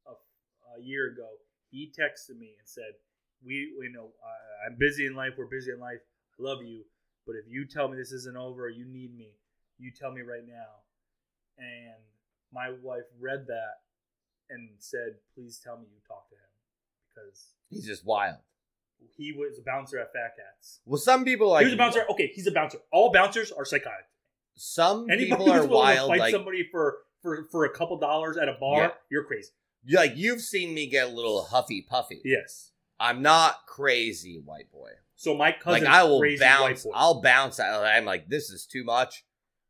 Speaker 2: a, a year ago, he texted me and said, "We, you know, I, I'm busy in life. We're busy in life. I love you, but if you tell me this isn't over, you need me. You tell me right now." And my wife read that and said, "Please tell me you talked to him because
Speaker 3: He's just wild.
Speaker 2: he was a bouncer at Fat Cats."
Speaker 3: Well, some people like
Speaker 2: he was a bouncer. Okay, he's a bouncer. All bouncers are psychotic.
Speaker 3: Some
Speaker 2: Anybody
Speaker 3: people are
Speaker 2: who's willing to
Speaker 3: wild.
Speaker 2: Fight
Speaker 3: Like
Speaker 2: somebody for for for a couple dollars at a bar.
Speaker 3: Yeah.
Speaker 2: You're crazy.
Speaker 3: you like you've seen me get a little huffy puffy.
Speaker 2: Yes.
Speaker 3: I'm not crazy, white boy.
Speaker 2: So my
Speaker 3: Like
Speaker 2: cousin,
Speaker 3: I will
Speaker 2: crazy white
Speaker 3: bounce.
Speaker 2: boy.
Speaker 3: I'll bounce. out. I'm like, this is too much.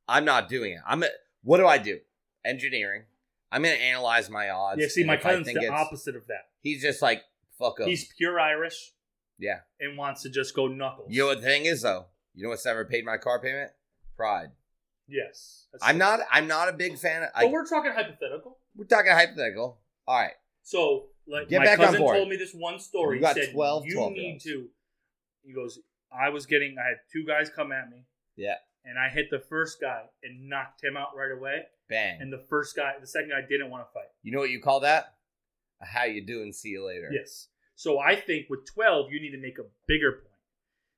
Speaker 3: I'm not doing it. I'm. A, what do I do? Engineering. I'm gonna analyze my odds.
Speaker 2: yeah, see,
Speaker 3: and
Speaker 2: my
Speaker 3: if I
Speaker 2: cousin's
Speaker 3: think
Speaker 2: the
Speaker 3: it's-
Speaker 2: opposite of that.
Speaker 3: He's just like fuck up.
Speaker 2: He's pure Irish
Speaker 3: Yeah.
Speaker 2: and wants to just go knuckles.
Speaker 3: You know what the thing is though. You know what's never paid my car payment? pride.
Speaker 2: Yes. That's
Speaker 3: I'm
Speaker 2: it.
Speaker 3: not. I'm not a big fan. Of,
Speaker 2: But
Speaker 3: I, we're,
Speaker 2: we're talking hypothetical.
Speaker 3: talking hypothetical. All right.
Speaker 2: So, like,
Speaker 3: Get
Speaker 2: my
Speaker 3: back on
Speaker 2: cousin
Speaker 3: board.
Speaker 2: told me this one story.
Speaker 3: You got
Speaker 2: he said,
Speaker 3: 12,
Speaker 2: You
Speaker 3: 12
Speaker 2: need
Speaker 3: rounds.
Speaker 2: to. He goes, I was getting, I had two guys come at me.
Speaker 3: Yeah.
Speaker 2: And I hit the first guy and knocked him out right away.
Speaker 3: Bang.
Speaker 2: And the first guy, the second guy didn't want to fight.
Speaker 3: you know what you call that? A How you doing? See you later.
Speaker 2: Yes. So I think with 12, you need to make a bigger point.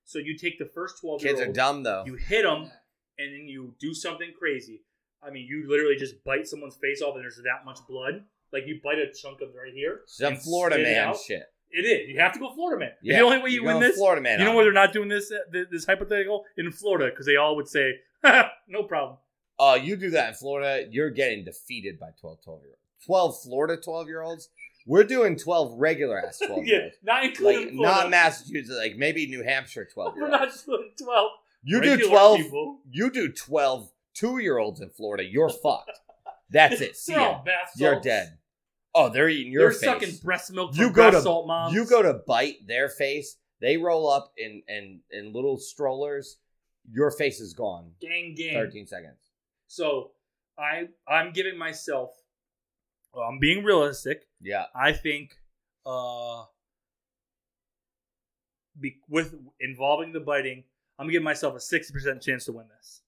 Speaker 2: So you take the first 12
Speaker 3: Kids
Speaker 2: year
Speaker 3: are
Speaker 2: old,
Speaker 3: dumb though.
Speaker 2: you hit them, and then you do something crazy. I mean, you literally just bite someone's face off, and there's that much blood. Like you bite a chunk of right here.
Speaker 3: Some
Speaker 2: and
Speaker 3: Florida
Speaker 2: spit it
Speaker 3: man
Speaker 2: out.
Speaker 3: shit.
Speaker 2: It is. You have to go Florida man.
Speaker 3: Yeah,
Speaker 2: The only way you
Speaker 3: you're
Speaker 2: win
Speaker 3: going
Speaker 2: this,
Speaker 3: Florida man.
Speaker 2: you know
Speaker 3: on
Speaker 2: why
Speaker 3: it.
Speaker 2: they're not doing this uh, this hypothetical in Florida because they all would say, "No problem."
Speaker 3: Oh, you do that in Florida, you're getting defeated by 12, 12 year olds. 12 Florida 12 year olds. We're doing 12 regular ass 12 year
Speaker 2: yeah,
Speaker 3: olds.
Speaker 2: not including
Speaker 3: Oh, Like,
Speaker 2: Florida.
Speaker 3: not Massachusetts, like maybe New Hampshire 12
Speaker 2: We're
Speaker 3: year
Speaker 2: not
Speaker 3: olds.
Speaker 2: just doing twelve.
Speaker 3: You do
Speaker 2: regular
Speaker 3: 12,
Speaker 2: People.
Speaker 3: you do 12 two year olds in Florida, you're fucked. That's it. See
Speaker 2: They're
Speaker 3: ya.
Speaker 2: all bath
Speaker 3: You're
Speaker 2: salts.
Speaker 3: dead. Oh, they're eating your
Speaker 2: They're
Speaker 3: face.
Speaker 2: sucking breast milk. From
Speaker 3: You go
Speaker 2: bath
Speaker 3: to-
Speaker 2: salt moms.
Speaker 3: you go to bite their face, they roll up in, in, in little strollers, your face is gone.
Speaker 2: gang gang.
Speaker 3: 13 seconds.
Speaker 2: So I I'm giving myself. Well, I'm being realistic.
Speaker 3: Yeah.
Speaker 2: I think uh be, with involving the biting, I'm giving myself a 60% chance to win this.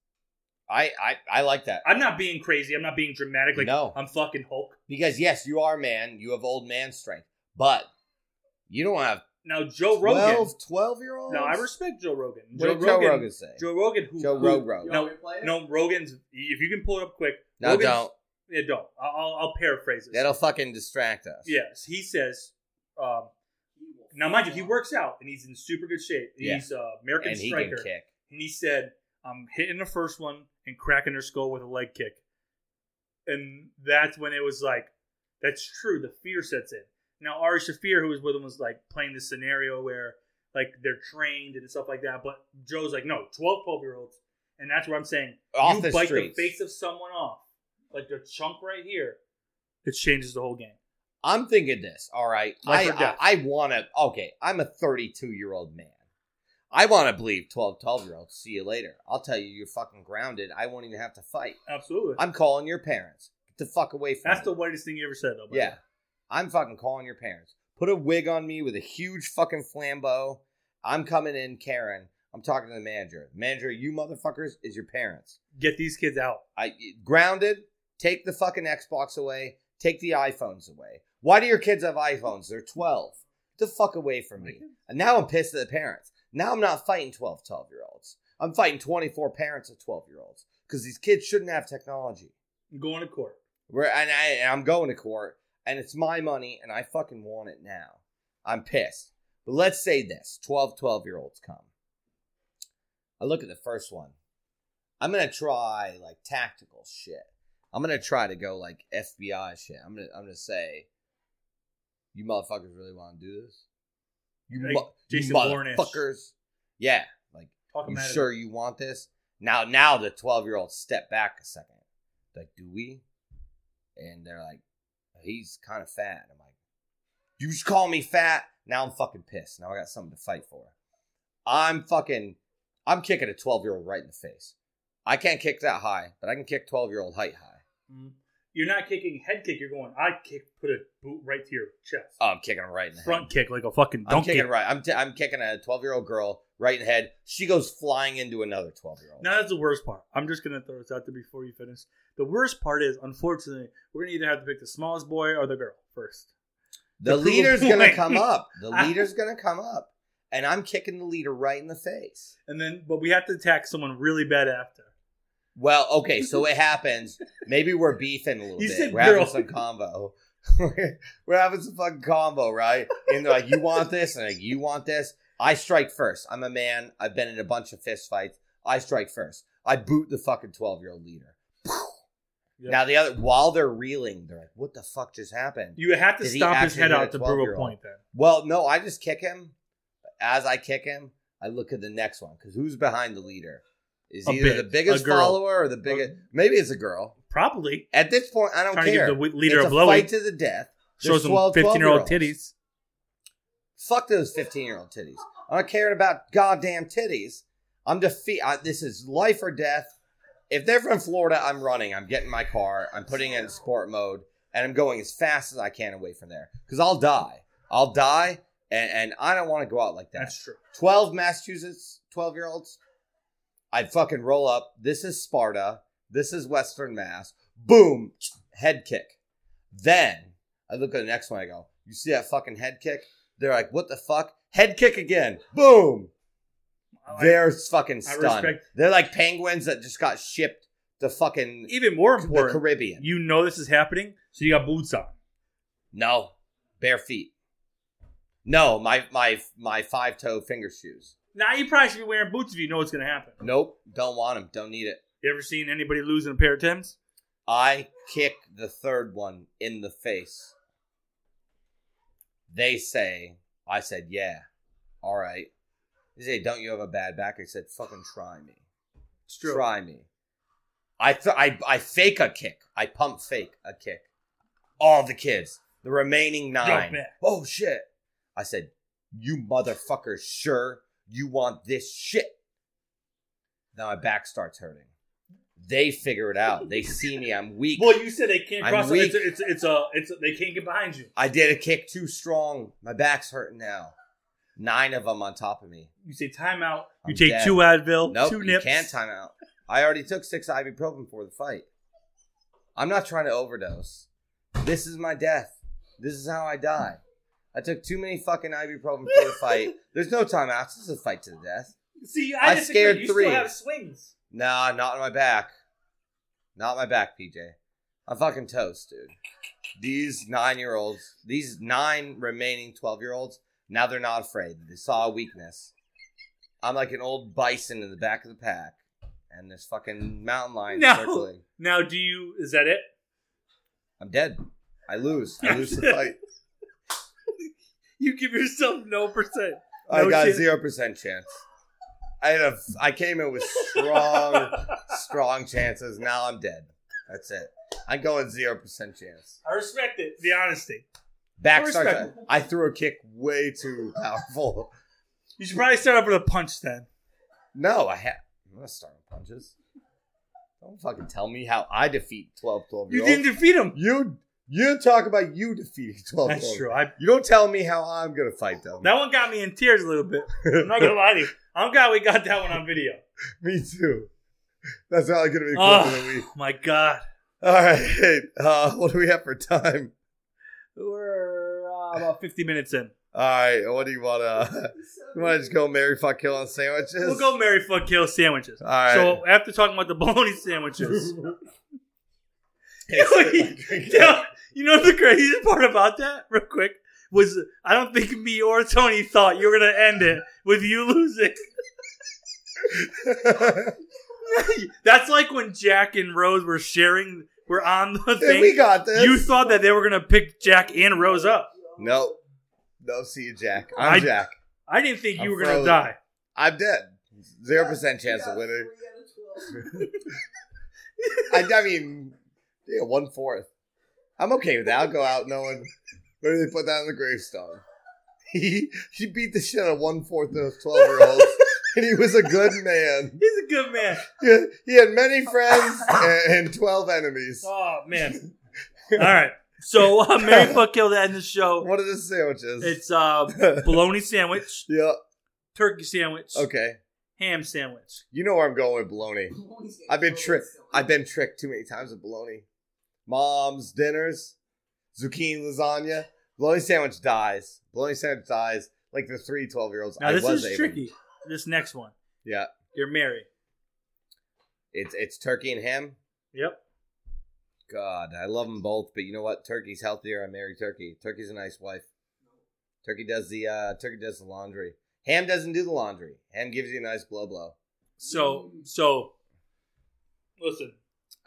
Speaker 3: I, I, I like that.
Speaker 2: I'm not being crazy. I'm not being dramatic. Like uh,
Speaker 3: No.
Speaker 2: I'm fucking Hulk.
Speaker 3: Because yes, you are man, you have old man strength, but you don't have
Speaker 2: Now Joe Rogan.
Speaker 3: 12, 12 year olds.
Speaker 2: No, I respect Joe Rogan.
Speaker 3: What
Speaker 2: Joe
Speaker 3: did
Speaker 2: Rogan,
Speaker 3: Joe Rogan say?
Speaker 2: Joe Rogan. Who?
Speaker 3: Joe
Speaker 2: who-
Speaker 3: Rogan. Rogan.
Speaker 4: You
Speaker 2: No,
Speaker 4: want me to play it?
Speaker 2: No, Rogan's. If you can pull it up quick.
Speaker 3: No,
Speaker 2: Rogan's-
Speaker 3: don't.
Speaker 2: Yeah, don't. I'll, I'll- I'll paraphrase it.
Speaker 3: That'll fucking distract us.
Speaker 2: Yes, he says. Um, now, mind you, he works out and he's in super good shape.
Speaker 3: Yeah.
Speaker 2: He's uh, American
Speaker 3: and he
Speaker 2: striker.
Speaker 3: can kick.
Speaker 2: and he said, "I'm hitting the first one and cracking their skull with a leg kick," and that's when it was like, "That's true." The fear sets in. Now Ari Shafir, who was with him, was like playing this scenario where like they're trained and stuff like that. But Joe's like, "No, 12, 12 year olds," and that's what I'm saying.
Speaker 3: Off
Speaker 2: you
Speaker 3: the
Speaker 2: bite
Speaker 3: streets.
Speaker 2: the face of someone off, like the chunk right here, it changes the whole game.
Speaker 3: I'm thinking this. All right,
Speaker 2: Life
Speaker 3: I
Speaker 2: or death.
Speaker 3: I, I want to. Okay, I'm a 32 year old man. I want to believe 12, 12 year olds. See you later. I'll tell you, you're fucking grounded. I won't even have to fight.
Speaker 2: Absolutely,
Speaker 3: I'm calling your parents. Get the fuck away from
Speaker 2: that's
Speaker 3: me.
Speaker 2: the whitest thing you ever said, though. by the
Speaker 3: Yeah.
Speaker 2: way.
Speaker 3: I'm fucking calling your parents. Put a wig on me with a huge fucking flambeau. I'm coming in, Karen. I'm talking to the manager. Manager, you motherfuckers is your parents.
Speaker 2: get these kids out.
Speaker 3: I grounded. Take the fucking Xbox away. Take the iPhones away. Why do your kids have iPhones? They're 12. Get the fuck away from me. And now I'm pissed at the parents. Now I'm not fighting 12 12 year olds. I'm fighting 24 parents of 12 year olds because these kids shouldn't have technology.
Speaker 2: I'm going to court.
Speaker 3: Where and I and I'm going to court and it's my money and I fucking want it now. I'm pissed. But let's say this 12 12 year olds come. I look at the first one. I'm gonna try like tactical shit. I'm gonna try to go like FBI shit. I'm gonna I'm gonna say, you motherfuckers really want to do this? You,
Speaker 2: Like
Speaker 3: mo- you
Speaker 2: Jason Bourne-ish.
Speaker 3: motherfuckers? Yeah, like
Speaker 2: Talk
Speaker 3: you
Speaker 2: them out of it.
Speaker 3: sure you want this? Now, now the twelve year olds step back a second. Like, do we? And they're like, he's kind of fat. I'm like, you just call me fat. Now I'm fucking pissed. Now I got something to fight for. I'm fucking, I'm kicking a twelve year old right in the face. I can't kick that high, but I can kick twelve year old height high.
Speaker 2: Mm. You're not kicking head kick. You're going I kick. Put a boot right to your chest.
Speaker 3: Oh, I'm kicking him right in the head.
Speaker 2: Front kick like a fucking
Speaker 3: I'm
Speaker 2: dunk
Speaker 3: kicking
Speaker 2: kick.
Speaker 3: right. I'm, t- I'm kicking a twelve year old girl right in the head. She goes flying into another twelve year old.
Speaker 2: Now that's the worst part. I'm just gonna throw this out there before you finish. The worst part is, unfortunately, we're gonna either have to pick the smallest boy or the girl first.
Speaker 3: The
Speaker 2: to prove
Speaker 3: leader's
Speaker 2: a
Speaker 3: gonna
Speaker 2: point.
Speaker 3: come up. The
Speaker 2: I-
Speaker 3: leader's gonna come up, and I'm kicking the leader right in the face.
Speaker 2: And then, but we have to attack someone really bad after.
Speaker 3: Well, okay, so it happens. Maybe we're beefing a little
Speaker 2: You
Speaker 3: bit.
Speaker 2: said
Speaker 3: we're
Speaker 2: girl.
Speaker 3: having some combo. we're having some fucking combo, right? And they're like, "You want this?" And I'm like, "You want this?" I strike first. I'm a man. I've been in a bunch of fist fights. I strike first. I boot the fucking twelve year old leader.
Speaker 2: Yep.
Speaker 3: Now the other, while they're reeling, they're like, "What the fuck just happened?"
Speaker 2: You have to
Speaker 3: Did he
Speaker 2: stomp his
Speaker 3: actually
Speaker 2: head
Speaker 3: hit
Speaker 2: out
Speaker 3: a
Speaker 2: to prove a
Speaker 3: 12-year-old?
Speaker 2: point. Then
Speaker 3: Well, no, I just kick him. As I kick him, I look at the next one because who's behind the leader is
Speaker 2: A
Speaker 3: either
Speaker 2: big-
Speaker 3: the biggest
Speaker 2: a girl.
Speaker 3: follower or the biggest. Maybe it's a girl.
Speaker 2: probably
Speaker 3: At this point, I don't
Speaker 2: trying
Speaker 3: care.
Speaker 2: to give the leader
Speaker 3: it's
Speaker 2: a
Speaker 3: a
Speaker 2: blowy
Speaker 3: fight to the death.
Speaker 2: shows
Speaker 3: There's
Speaker 2: him
Speaker 3: 12,
Speaker 2: 15 year old
Speaker 3: 12 -year-olds.
Speaker 2: titties.
Speaker 3: Fuck those fifteen-year-old titties. I'm not caring about goddamn titties. I'm defeat. I, this is life or death. If they're from Florida, I'm running. I'm getting my car. I'm putting it in sport mode, and I'm going as fast as I can away from there because I'll die. I'll die, and, and I don't want to go out like that.
Speaker 2: That's true.
Speaker 3: 12 Massachusetts 12 year olds. I'd fucking roll up. This is Sparta. This is Western Mass. Boom, head kick. Then I look at the next one. I go, You see that fucking head kick? They're like, What the fuck? Head kick again. Boom.
Speaker 2: I like-
Speaker 3: They're fucking
Speaker 2: I
Speaker 3: stunned.
Speaker 2: respect-
Speaker 3: They're like penguins that just got shipped to fucking
Speaker 2: even more
Speaker 3: the
Speaker 2: important.
Speaker 3: Caribbean.
Speaker 2: You know this is happening, so you got boots on.
Speaker 3: no, bare feet. No, my my my five toe finger shoes.
Speaker 2: Now you probably should be wearing boots if you know what's going to happen.
Speaker 3: Nope, don't want them. Don't need it.
Speaker 2: You ever seen anybody losing a pair of Tims?
Speaker 3: I kick the third one in the face. They say, I said, yeah, all right. They say, don't you have a bad back? I said, fucking try me.
Speaker 2: It's true.
Speaker 3: Try me. I, th- I, I fake a kick. I pump fake a kick. All the kids, the remaining nine.
Speaker 2: back.
Speaker 3: Oh, shit. I said, you motherfucker, sure you want this shit. Now my back starts hurting. They figure it out. They see me. I'm weak.
Speaker 2: Well, you said they can't
Speaker 3: I'm
Speaker 2: cross.
Speaker 3: weak.
Speaker 2: It's a, it's, a, it's, a, it's a- they can't get behind you.
Speaker 3: I did a kick too strong. My back's hurting now. Nine of them on top of me.
Speaker 2: You say timeout. You
Speaker 3: I'm
Speaker 2: take
Speaker 3: dead.
Speaker 2: two Advil,
Speaker 3: Nope,
Speaker 2: Oh, two
Speaker 3: you
Speaker 2: nips.
Speaker 3: can't time out. I already took six ibuprofen before the fight. I'm not trying to overdose. This is my death. This is how I die. I took too many fucking ibuprofen before the fight. There's no timeouts. This is a fight to the death.
Speaker 2: See,
Speaker 3: I
Speaker 2: disagree.
Speaker 3: scared three.
Speaker 2: swings.
Speaker 3: Nah, not on my back. Not my back, PJ. I'm fucking toast, dude. These nine year olds, these nine remaining 12 year olds, now they're not afraid. They saw a weakness. I'm like an old bison in the back of the pack, and this fucking mountain lion
Speaker 2: No.
Speaker 3: circling.
Speaker 2: Now, do you? Is that it?
Speaker 3: I'm dead. I lose. I lose the fight.
Speaker 2: You give yourself no percent.
Speaker 3: I
Speaker 2: No
Speaker 3: got
Speaker 2: chance.
Speaker 3: zero percent chance. I had a, I came in with strong, strong chances. Now I'm dead. That's it. I'm going zero percent chance.
Speaker 2: I respect it. The honesty.
Speaker 3: Back
Speaker 2: I
Speaker 3: starts.
Speaker 2: respect
Speaker 3: I threw a kick way too powerful.
Speaker 2: You should probably start off with a punch then.
Speaker 3: No, I have. I'm gonna start with punches. Don't fucking tell me how I defeat 12 12
Speaker 2: You
Speaker 3: year
Speaker 2: didn't
Speaker 3: olds.
Speaker 2: defeat him.
Speaker 3: You you talk about you defeating 12
Speaker 2: That's true. I,
Speaker 3: You don't tell me how I'm gonna fight them.
Speaker 2: that one got me in tears a little bit. I'm not gonna lie to you. I'm glad we got that one on video.
Speaker 3: me too. That's not gonna be the clip of
Speaker 2: Oh.
Speaker 3: the week.
Speaker 2: My God,
Speaker 3: All right. Uh, what do we have for time?
Speaker 2: we're uh, about 50 minutes in.
Speaker 3: All right. What do you wanna? You wanna just go Mary fuck kill on sandwiches?
Speaker 2: We'll go Mary Fuck Kill sandwiches.
Speaker 3: All right.
Speaker 2: So after talking about the bologna sandwiches,
Speaker 3: Yes.
Speaker 2: Yeah, you know the craziest part about that, real quick, was I don't think me or Tony thought you were gonna end it with you losing. That's like when Jack and Rose were sharing, were on the
Speaker 3: Hey, we
Speaker 2: thing.
Speaker 3: got this.
Speaker 2: You thought that they were gonna pick Jack and Rose up.
Speaker 3: No. No, see you, Jack. I'm
Speaker 2: I-
Speaker 3: Jack.
Speaker 2: I didn't think you
Speaker 3: I'm
Speaker 2: were gonna
Speaker 3: frozen.
Speaker 2: die.
Speaker 3: I'm dead. Zero percent chance of winning. I, I mean, yeah, one fourth. I'm okay with that. I'll go out knowing where they put that on the gravestone. He he beat the shit out of one fourth of twelve year olds, and he was a good man.
Speaker 2: He's a good man.
Speaker 3: He, he had many friends and, and twelve enemies.
Speaker 2: Oh man. All right. So uh, Mary fuck kill to end the show.
Speaker 3: What are the sandwiches?
Speaker 2: It's uh, bologna sandwich,
Speaker 3: yeah.
Speaker 2: turkey sandwich,
Speaker 3: Okay.
Speaker 2: ham sandwich.
Speaker 3: You know where I'm going with baloney. I've been tricked. I've been tricked too many times with bologna. Mom's dinners, zucchini lasagna, bologna sandwich dies. Bologna sandwich dies like the three 12 year olds.
Speaker 2: Now this is tricky. This next one.
Speaker 3: Yeah,
Speaker 2: You're Mary.
Speaker 3: it's it's turkey and ham.
Speaker 2: Yep.
Speaker 3: God, I love them both, but you know what? Turkey's healthier. I marry turkey. Turkey's a nice wife. Turkey does the uh, turkey does the laundry. Ham doesn't do the laundry. Ham gives you a nice blow blow.
Speaker 2: So so. Listen,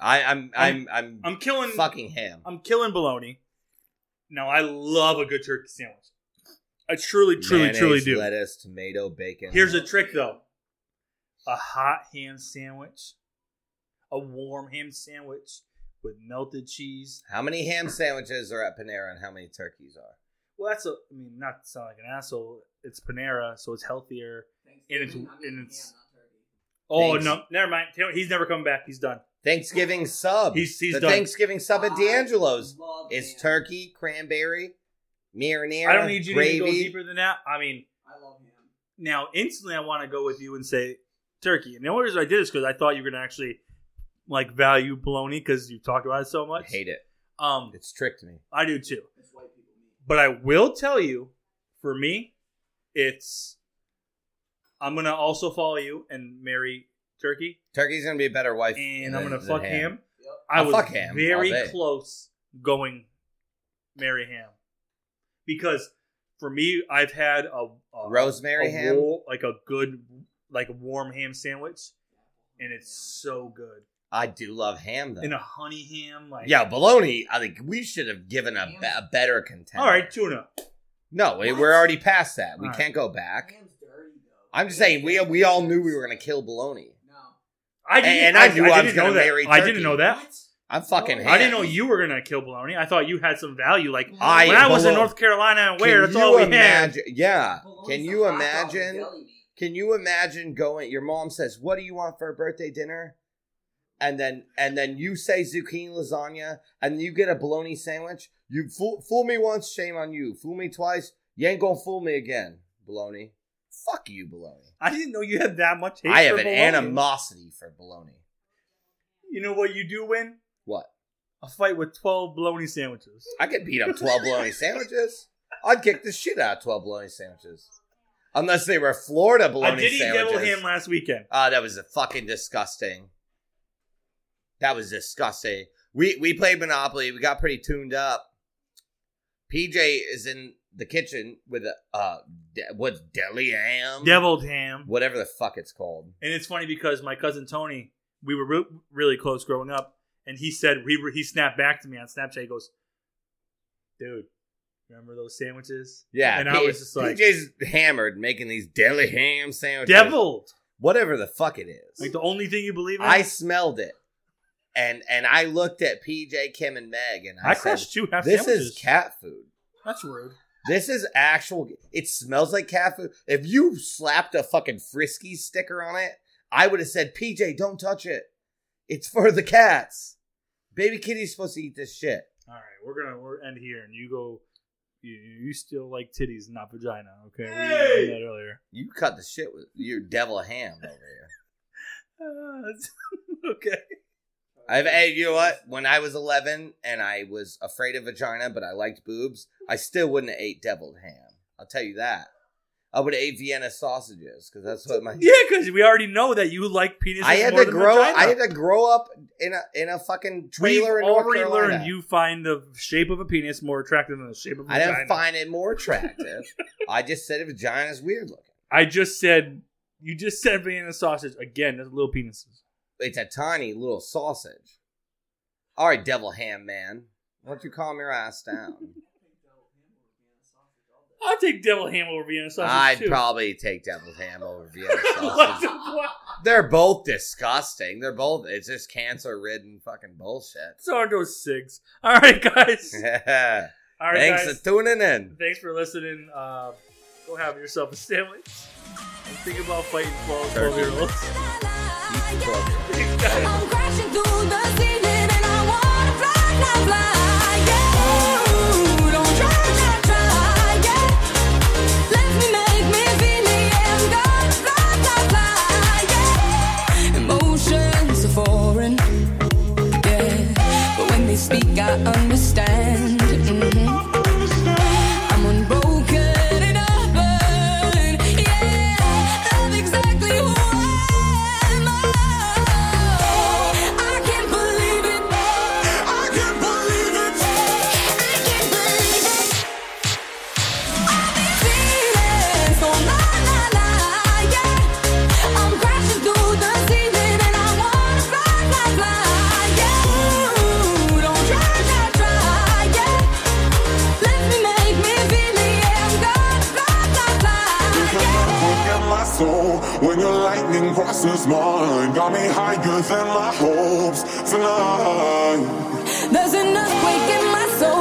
Speaker 3: I, I'm I'm I'm,
Speaker 2: I'm killing.
Speaker 3: fucking ham.
Speaker 2: I'm killing bologna. Now I love a good turkey sandwich. I truly, truly,
Speaker 3: Mayonnaise,
Speaker 2: truly do.
Speaker 3: Lettuce, tomato, bacon.
Speaker 2: Here's a trick though. A hot ham sandwich, a warm ham sandwich with melted cheese.
Speaker 3: How many ham sandwiches are at Panera and how many turkeys are?
Speaker 2: Well, that's a. I mean, not to sound like an asshole. It's Panera, so it's healthier. And it's- and it's- Oh
Speaker 3: Thanks.
Speaker 2: no, never mind. He's never coming back. He's done.
Speaker 3: Thanksgiving sub.
Speaker 2: He's- he's
Speaker 3: the
Speaker 2: done.
Speaker 3: Thanksgiving sub at
Speaker 4: I
Speaker 3: D'Angelo's
Speaker 4: love
Speaker 3: is
Speaker 4: ham.
Speaker 3: turkey, cranberry, marinara,
Speaker 2: I don't need you to even
Speaker 3: gravy.
Speaker 2: go deeper than that. I mean,
Speaker 4: I love ham.
Speaker 2: now instantly I want to go with you and say turkey. And the only reason I did is because I thought you were gonna actually like value bologna because you talked about it so
Speaker 3: I
Speaker 2: much.
Speaker 3: hate it.
Speaker 2: Um,
Speaker 3: It's tricked me.
Speaker 2: I do too.
Speaker 4: It's white people meat.
Speaker 2: But I will tell you, for me, it's I'm gonna also follow you and marry turkey,
Speaker 3: Turkey's gonna be a better wife,
Speaker 2: and
Speaker 3: than-
Speaker 2: I'm gonna
Speaker 3: than
Speaker 2: fuck
Speaker 3: ham.
Speaker 2: ham.
Speaker 4: Yep.
Speaker 2: I
Speaker 3: I'll
Speaker 2: was
Speaker 3: fuck ham all
Speaker 2: very
Speaker 3: day.
Speaker 2: close going marry ham because for me, I've had a, a
Speaker 3: Rosemary
Speaker 2: a
Speaker 3: ham.
Speaker 2: roll, like a good, like a warm ham sandwich, and it's so good.
Speaker 3: I do love ham though.
Speaker 2: And a honey ham, like
Speaker 3: yeah, bologna. I think we should have given a, be- a better contender.
Speaker 2: All right, tuna.
Speaker 3: No, we-
Speaker 4: What?
Speaker 3: we're already past that. We
Speaker 2: All right.
Speaker 3: can't go back.
Speaker 4: Ham's dirty though.
Speaker 3: I'm just saying we we all knew we were gonna kill bologna.
Speaker 4: No.
Speaker 2: I didn't,
Speaker 3: And I knew I was
Speaker 2: didn't
Speaker 3: gonna
Speaker 2: know that.
Speaker 3: marry
Speaker 2: I didn't
Speaker 3: turkey.
Speaker 2: know that.
Speaker 4: What?
Speaker 3: I'm fucking.
Speaker 4: I
Speaker 3: ham.
Speaker 2: I didn't know you were gonna kill bologna. I thought you had some value. Like
Speaker 3: I
Speaker 2: when I was in
Speaker 3: bologna.
Speaker 2: North Carolina and
Speaker 3: Can
Speaker 2: where that's
Speaker 3: you
Speaker 2: all we had.
Speaker 3: imagine, Yeah.
Speaker 4: Bologna's
Speaker 3: Can
Speaker 4: a hot
Speaker 3: you
Speaker 4: dog with
Speaker 3: imagine?
Speaker 4: deli meat.
Speaker 3: Can you imagine going? Your mom says, "What do you want for a birthday dinner?" And then and then you say zucchini lasagna, and you get a bologna sandwich. You fool, fool me once, shame on you. Fool me twice, you ain't gonna fool me again. Bologna, fuck you, bologna.
Speaker 2: I didn't know you had that much hate.
Speaker 3: I have
Speaker 2: for
Speaker 3: an
Speaker 2: bologna.
Speaker 3: animosity for bologna.
Speaker 2: You know what you do win?
Speaker 3: What?
Speaker 2: A fight with twelve bologna sandwiches.
Speaker 3: I could beat up twelve bologna sandwiches. I'd kick the shit out of twelve bologna sandwiches, unless they were Florida bologna
Speaker 2: I did eat
Speaker 3: sandwiches.
Speaker 2: devil ham last weekend.
Speaker 3: Ah, that was a fucking disgusting. That was disgusting. We we played Monopoly. We got pretty tuned up. PJ is in the kitchen with a uh, de- what's deli ham,
Speaker 2: Deviled ham.
Speaker 3: whatever the fuck it's called.
Speaker 2: And it's funny because my cousin Tony, we were re- really close growing up, and he said he he snapped back to me on Snapchat. He goes, "Dude, remember those sandwiches?
Speaker 3: Yeah,
Speaker 2: And I was just like-
Speaker 3: PJ's hammered making these deli ham sandwiches,
Speaker 2: Deviled.
Speaker 3: whatever the fuck it is.
Speaker 2: Like the only thing you believe in."
Speaker 3: I smelled it, and and I looked at PJ, Kim, and Meg, and I,
Speaker 2: I
Speaker 3: said,
Speaker 2: crushed two half
Speaker 3: "This
Speaker 2: sandwiches.
Speaker 3: is cat food."
Speaker 2: That's rude.
Speaker 3: This is actual. It smells like cat food. If you slapped a fucking frisky sticker on it, I would have said, "PJ, don't touch it. It's for the cats. Baby kitty's supposed to eat this shit."
Speaker 2: All right, we're gonna we're end here, and you go. You, you still like titties, not vagina. Okay, we
Speaker 4: Hey!
Speaker 2: did that earlier.
Speaker 3: You cut the shit with your devil ham over here.
Speaker 2: Uh, that's- okay.
Speaker 3: I've, hey, you know what? When I was 11 and I was afraid of vagina, but I liked boobs, I still wouldn't have ate deviled ham. I'll tell you that. I would have ate Vienna sausages because that's what my
Speaker 2: Yeah, because we already know that you like penises.
Speaker 3: I had
Speaker 2: more
Speaker 3: to
Speaker 2: than
Speaker 3: grow.
Speaker 2: Vagina.
Speaker 3: I had to grow up in a in a fucking
Speaker 2: We've
Speaker 3: trailer. in North
Speaker 2: already
Speaker 3: Carolina.
Speaker 2: learned you find the shape of a penis more attractive than the shape of a
Speaker 3: I
Speaker 2: vagina.
Speaker 3: didn't find it more attractive. I just said a vagina is weird looking.
Speaker 2: I just said you just said banana sausage again. That's little penises.
Speaker 3: It's a tiny little sausage. All right, devil ham man, why don't you calm your ass down?
Speaker 2: I'll take devil ham over banana sausage
Speaker 3: I'd
Speaker 2: too.
Speaker 3: probably take devil ham over Vienna
Speaker 2: What
Speaker 3: sausage.
Speaker 2: the fuck?
Speaker 3: They're both disgusting. They're both. It's just cancer ridden fucking bullshit.
Speaker 2: It's Ardo six. All right, guys. All right,
Speaker 3: Thanks
Speaker 2: guys.
Speaker 3: for tuning in.
Speaker 2: Thanks for listening. Uh, go have yourself a sandwich. And think about fighting 12
Speaker 3: Turkey.
Speaker 2: year olds.
Speaker 1: I'm crashing through the ceiling and I wanna fly, fly, fly, yeah. Don't try, try, try, yeah. Let me make me feel it, yeah. I'm gonna fly, fly, fly, yeah. Emotions are foreign, yeah. But when they speak, I understand. mhm. I'm unbroken and open, yeah. I'm exactly who I am. I can't believe it. I can't believe it. I can't believe it. I've been feeling so oh, la la la, yeah. I'm crashing through the ceiling and I wanna fly, fly, fly, yeah. Don't try, try, try, yeah. Let me make me feel it, yeah. I'm gonna fly, fly,
Speaker 5: You
Speaker 1: fly,
Speaker 5: cannot
Speaker 1: yeah.
Speaker 5: forget my soul when your lightning crosses mine. Got me higher than my hopes tonight.
Speaker 1: There's an earthquake in my soul.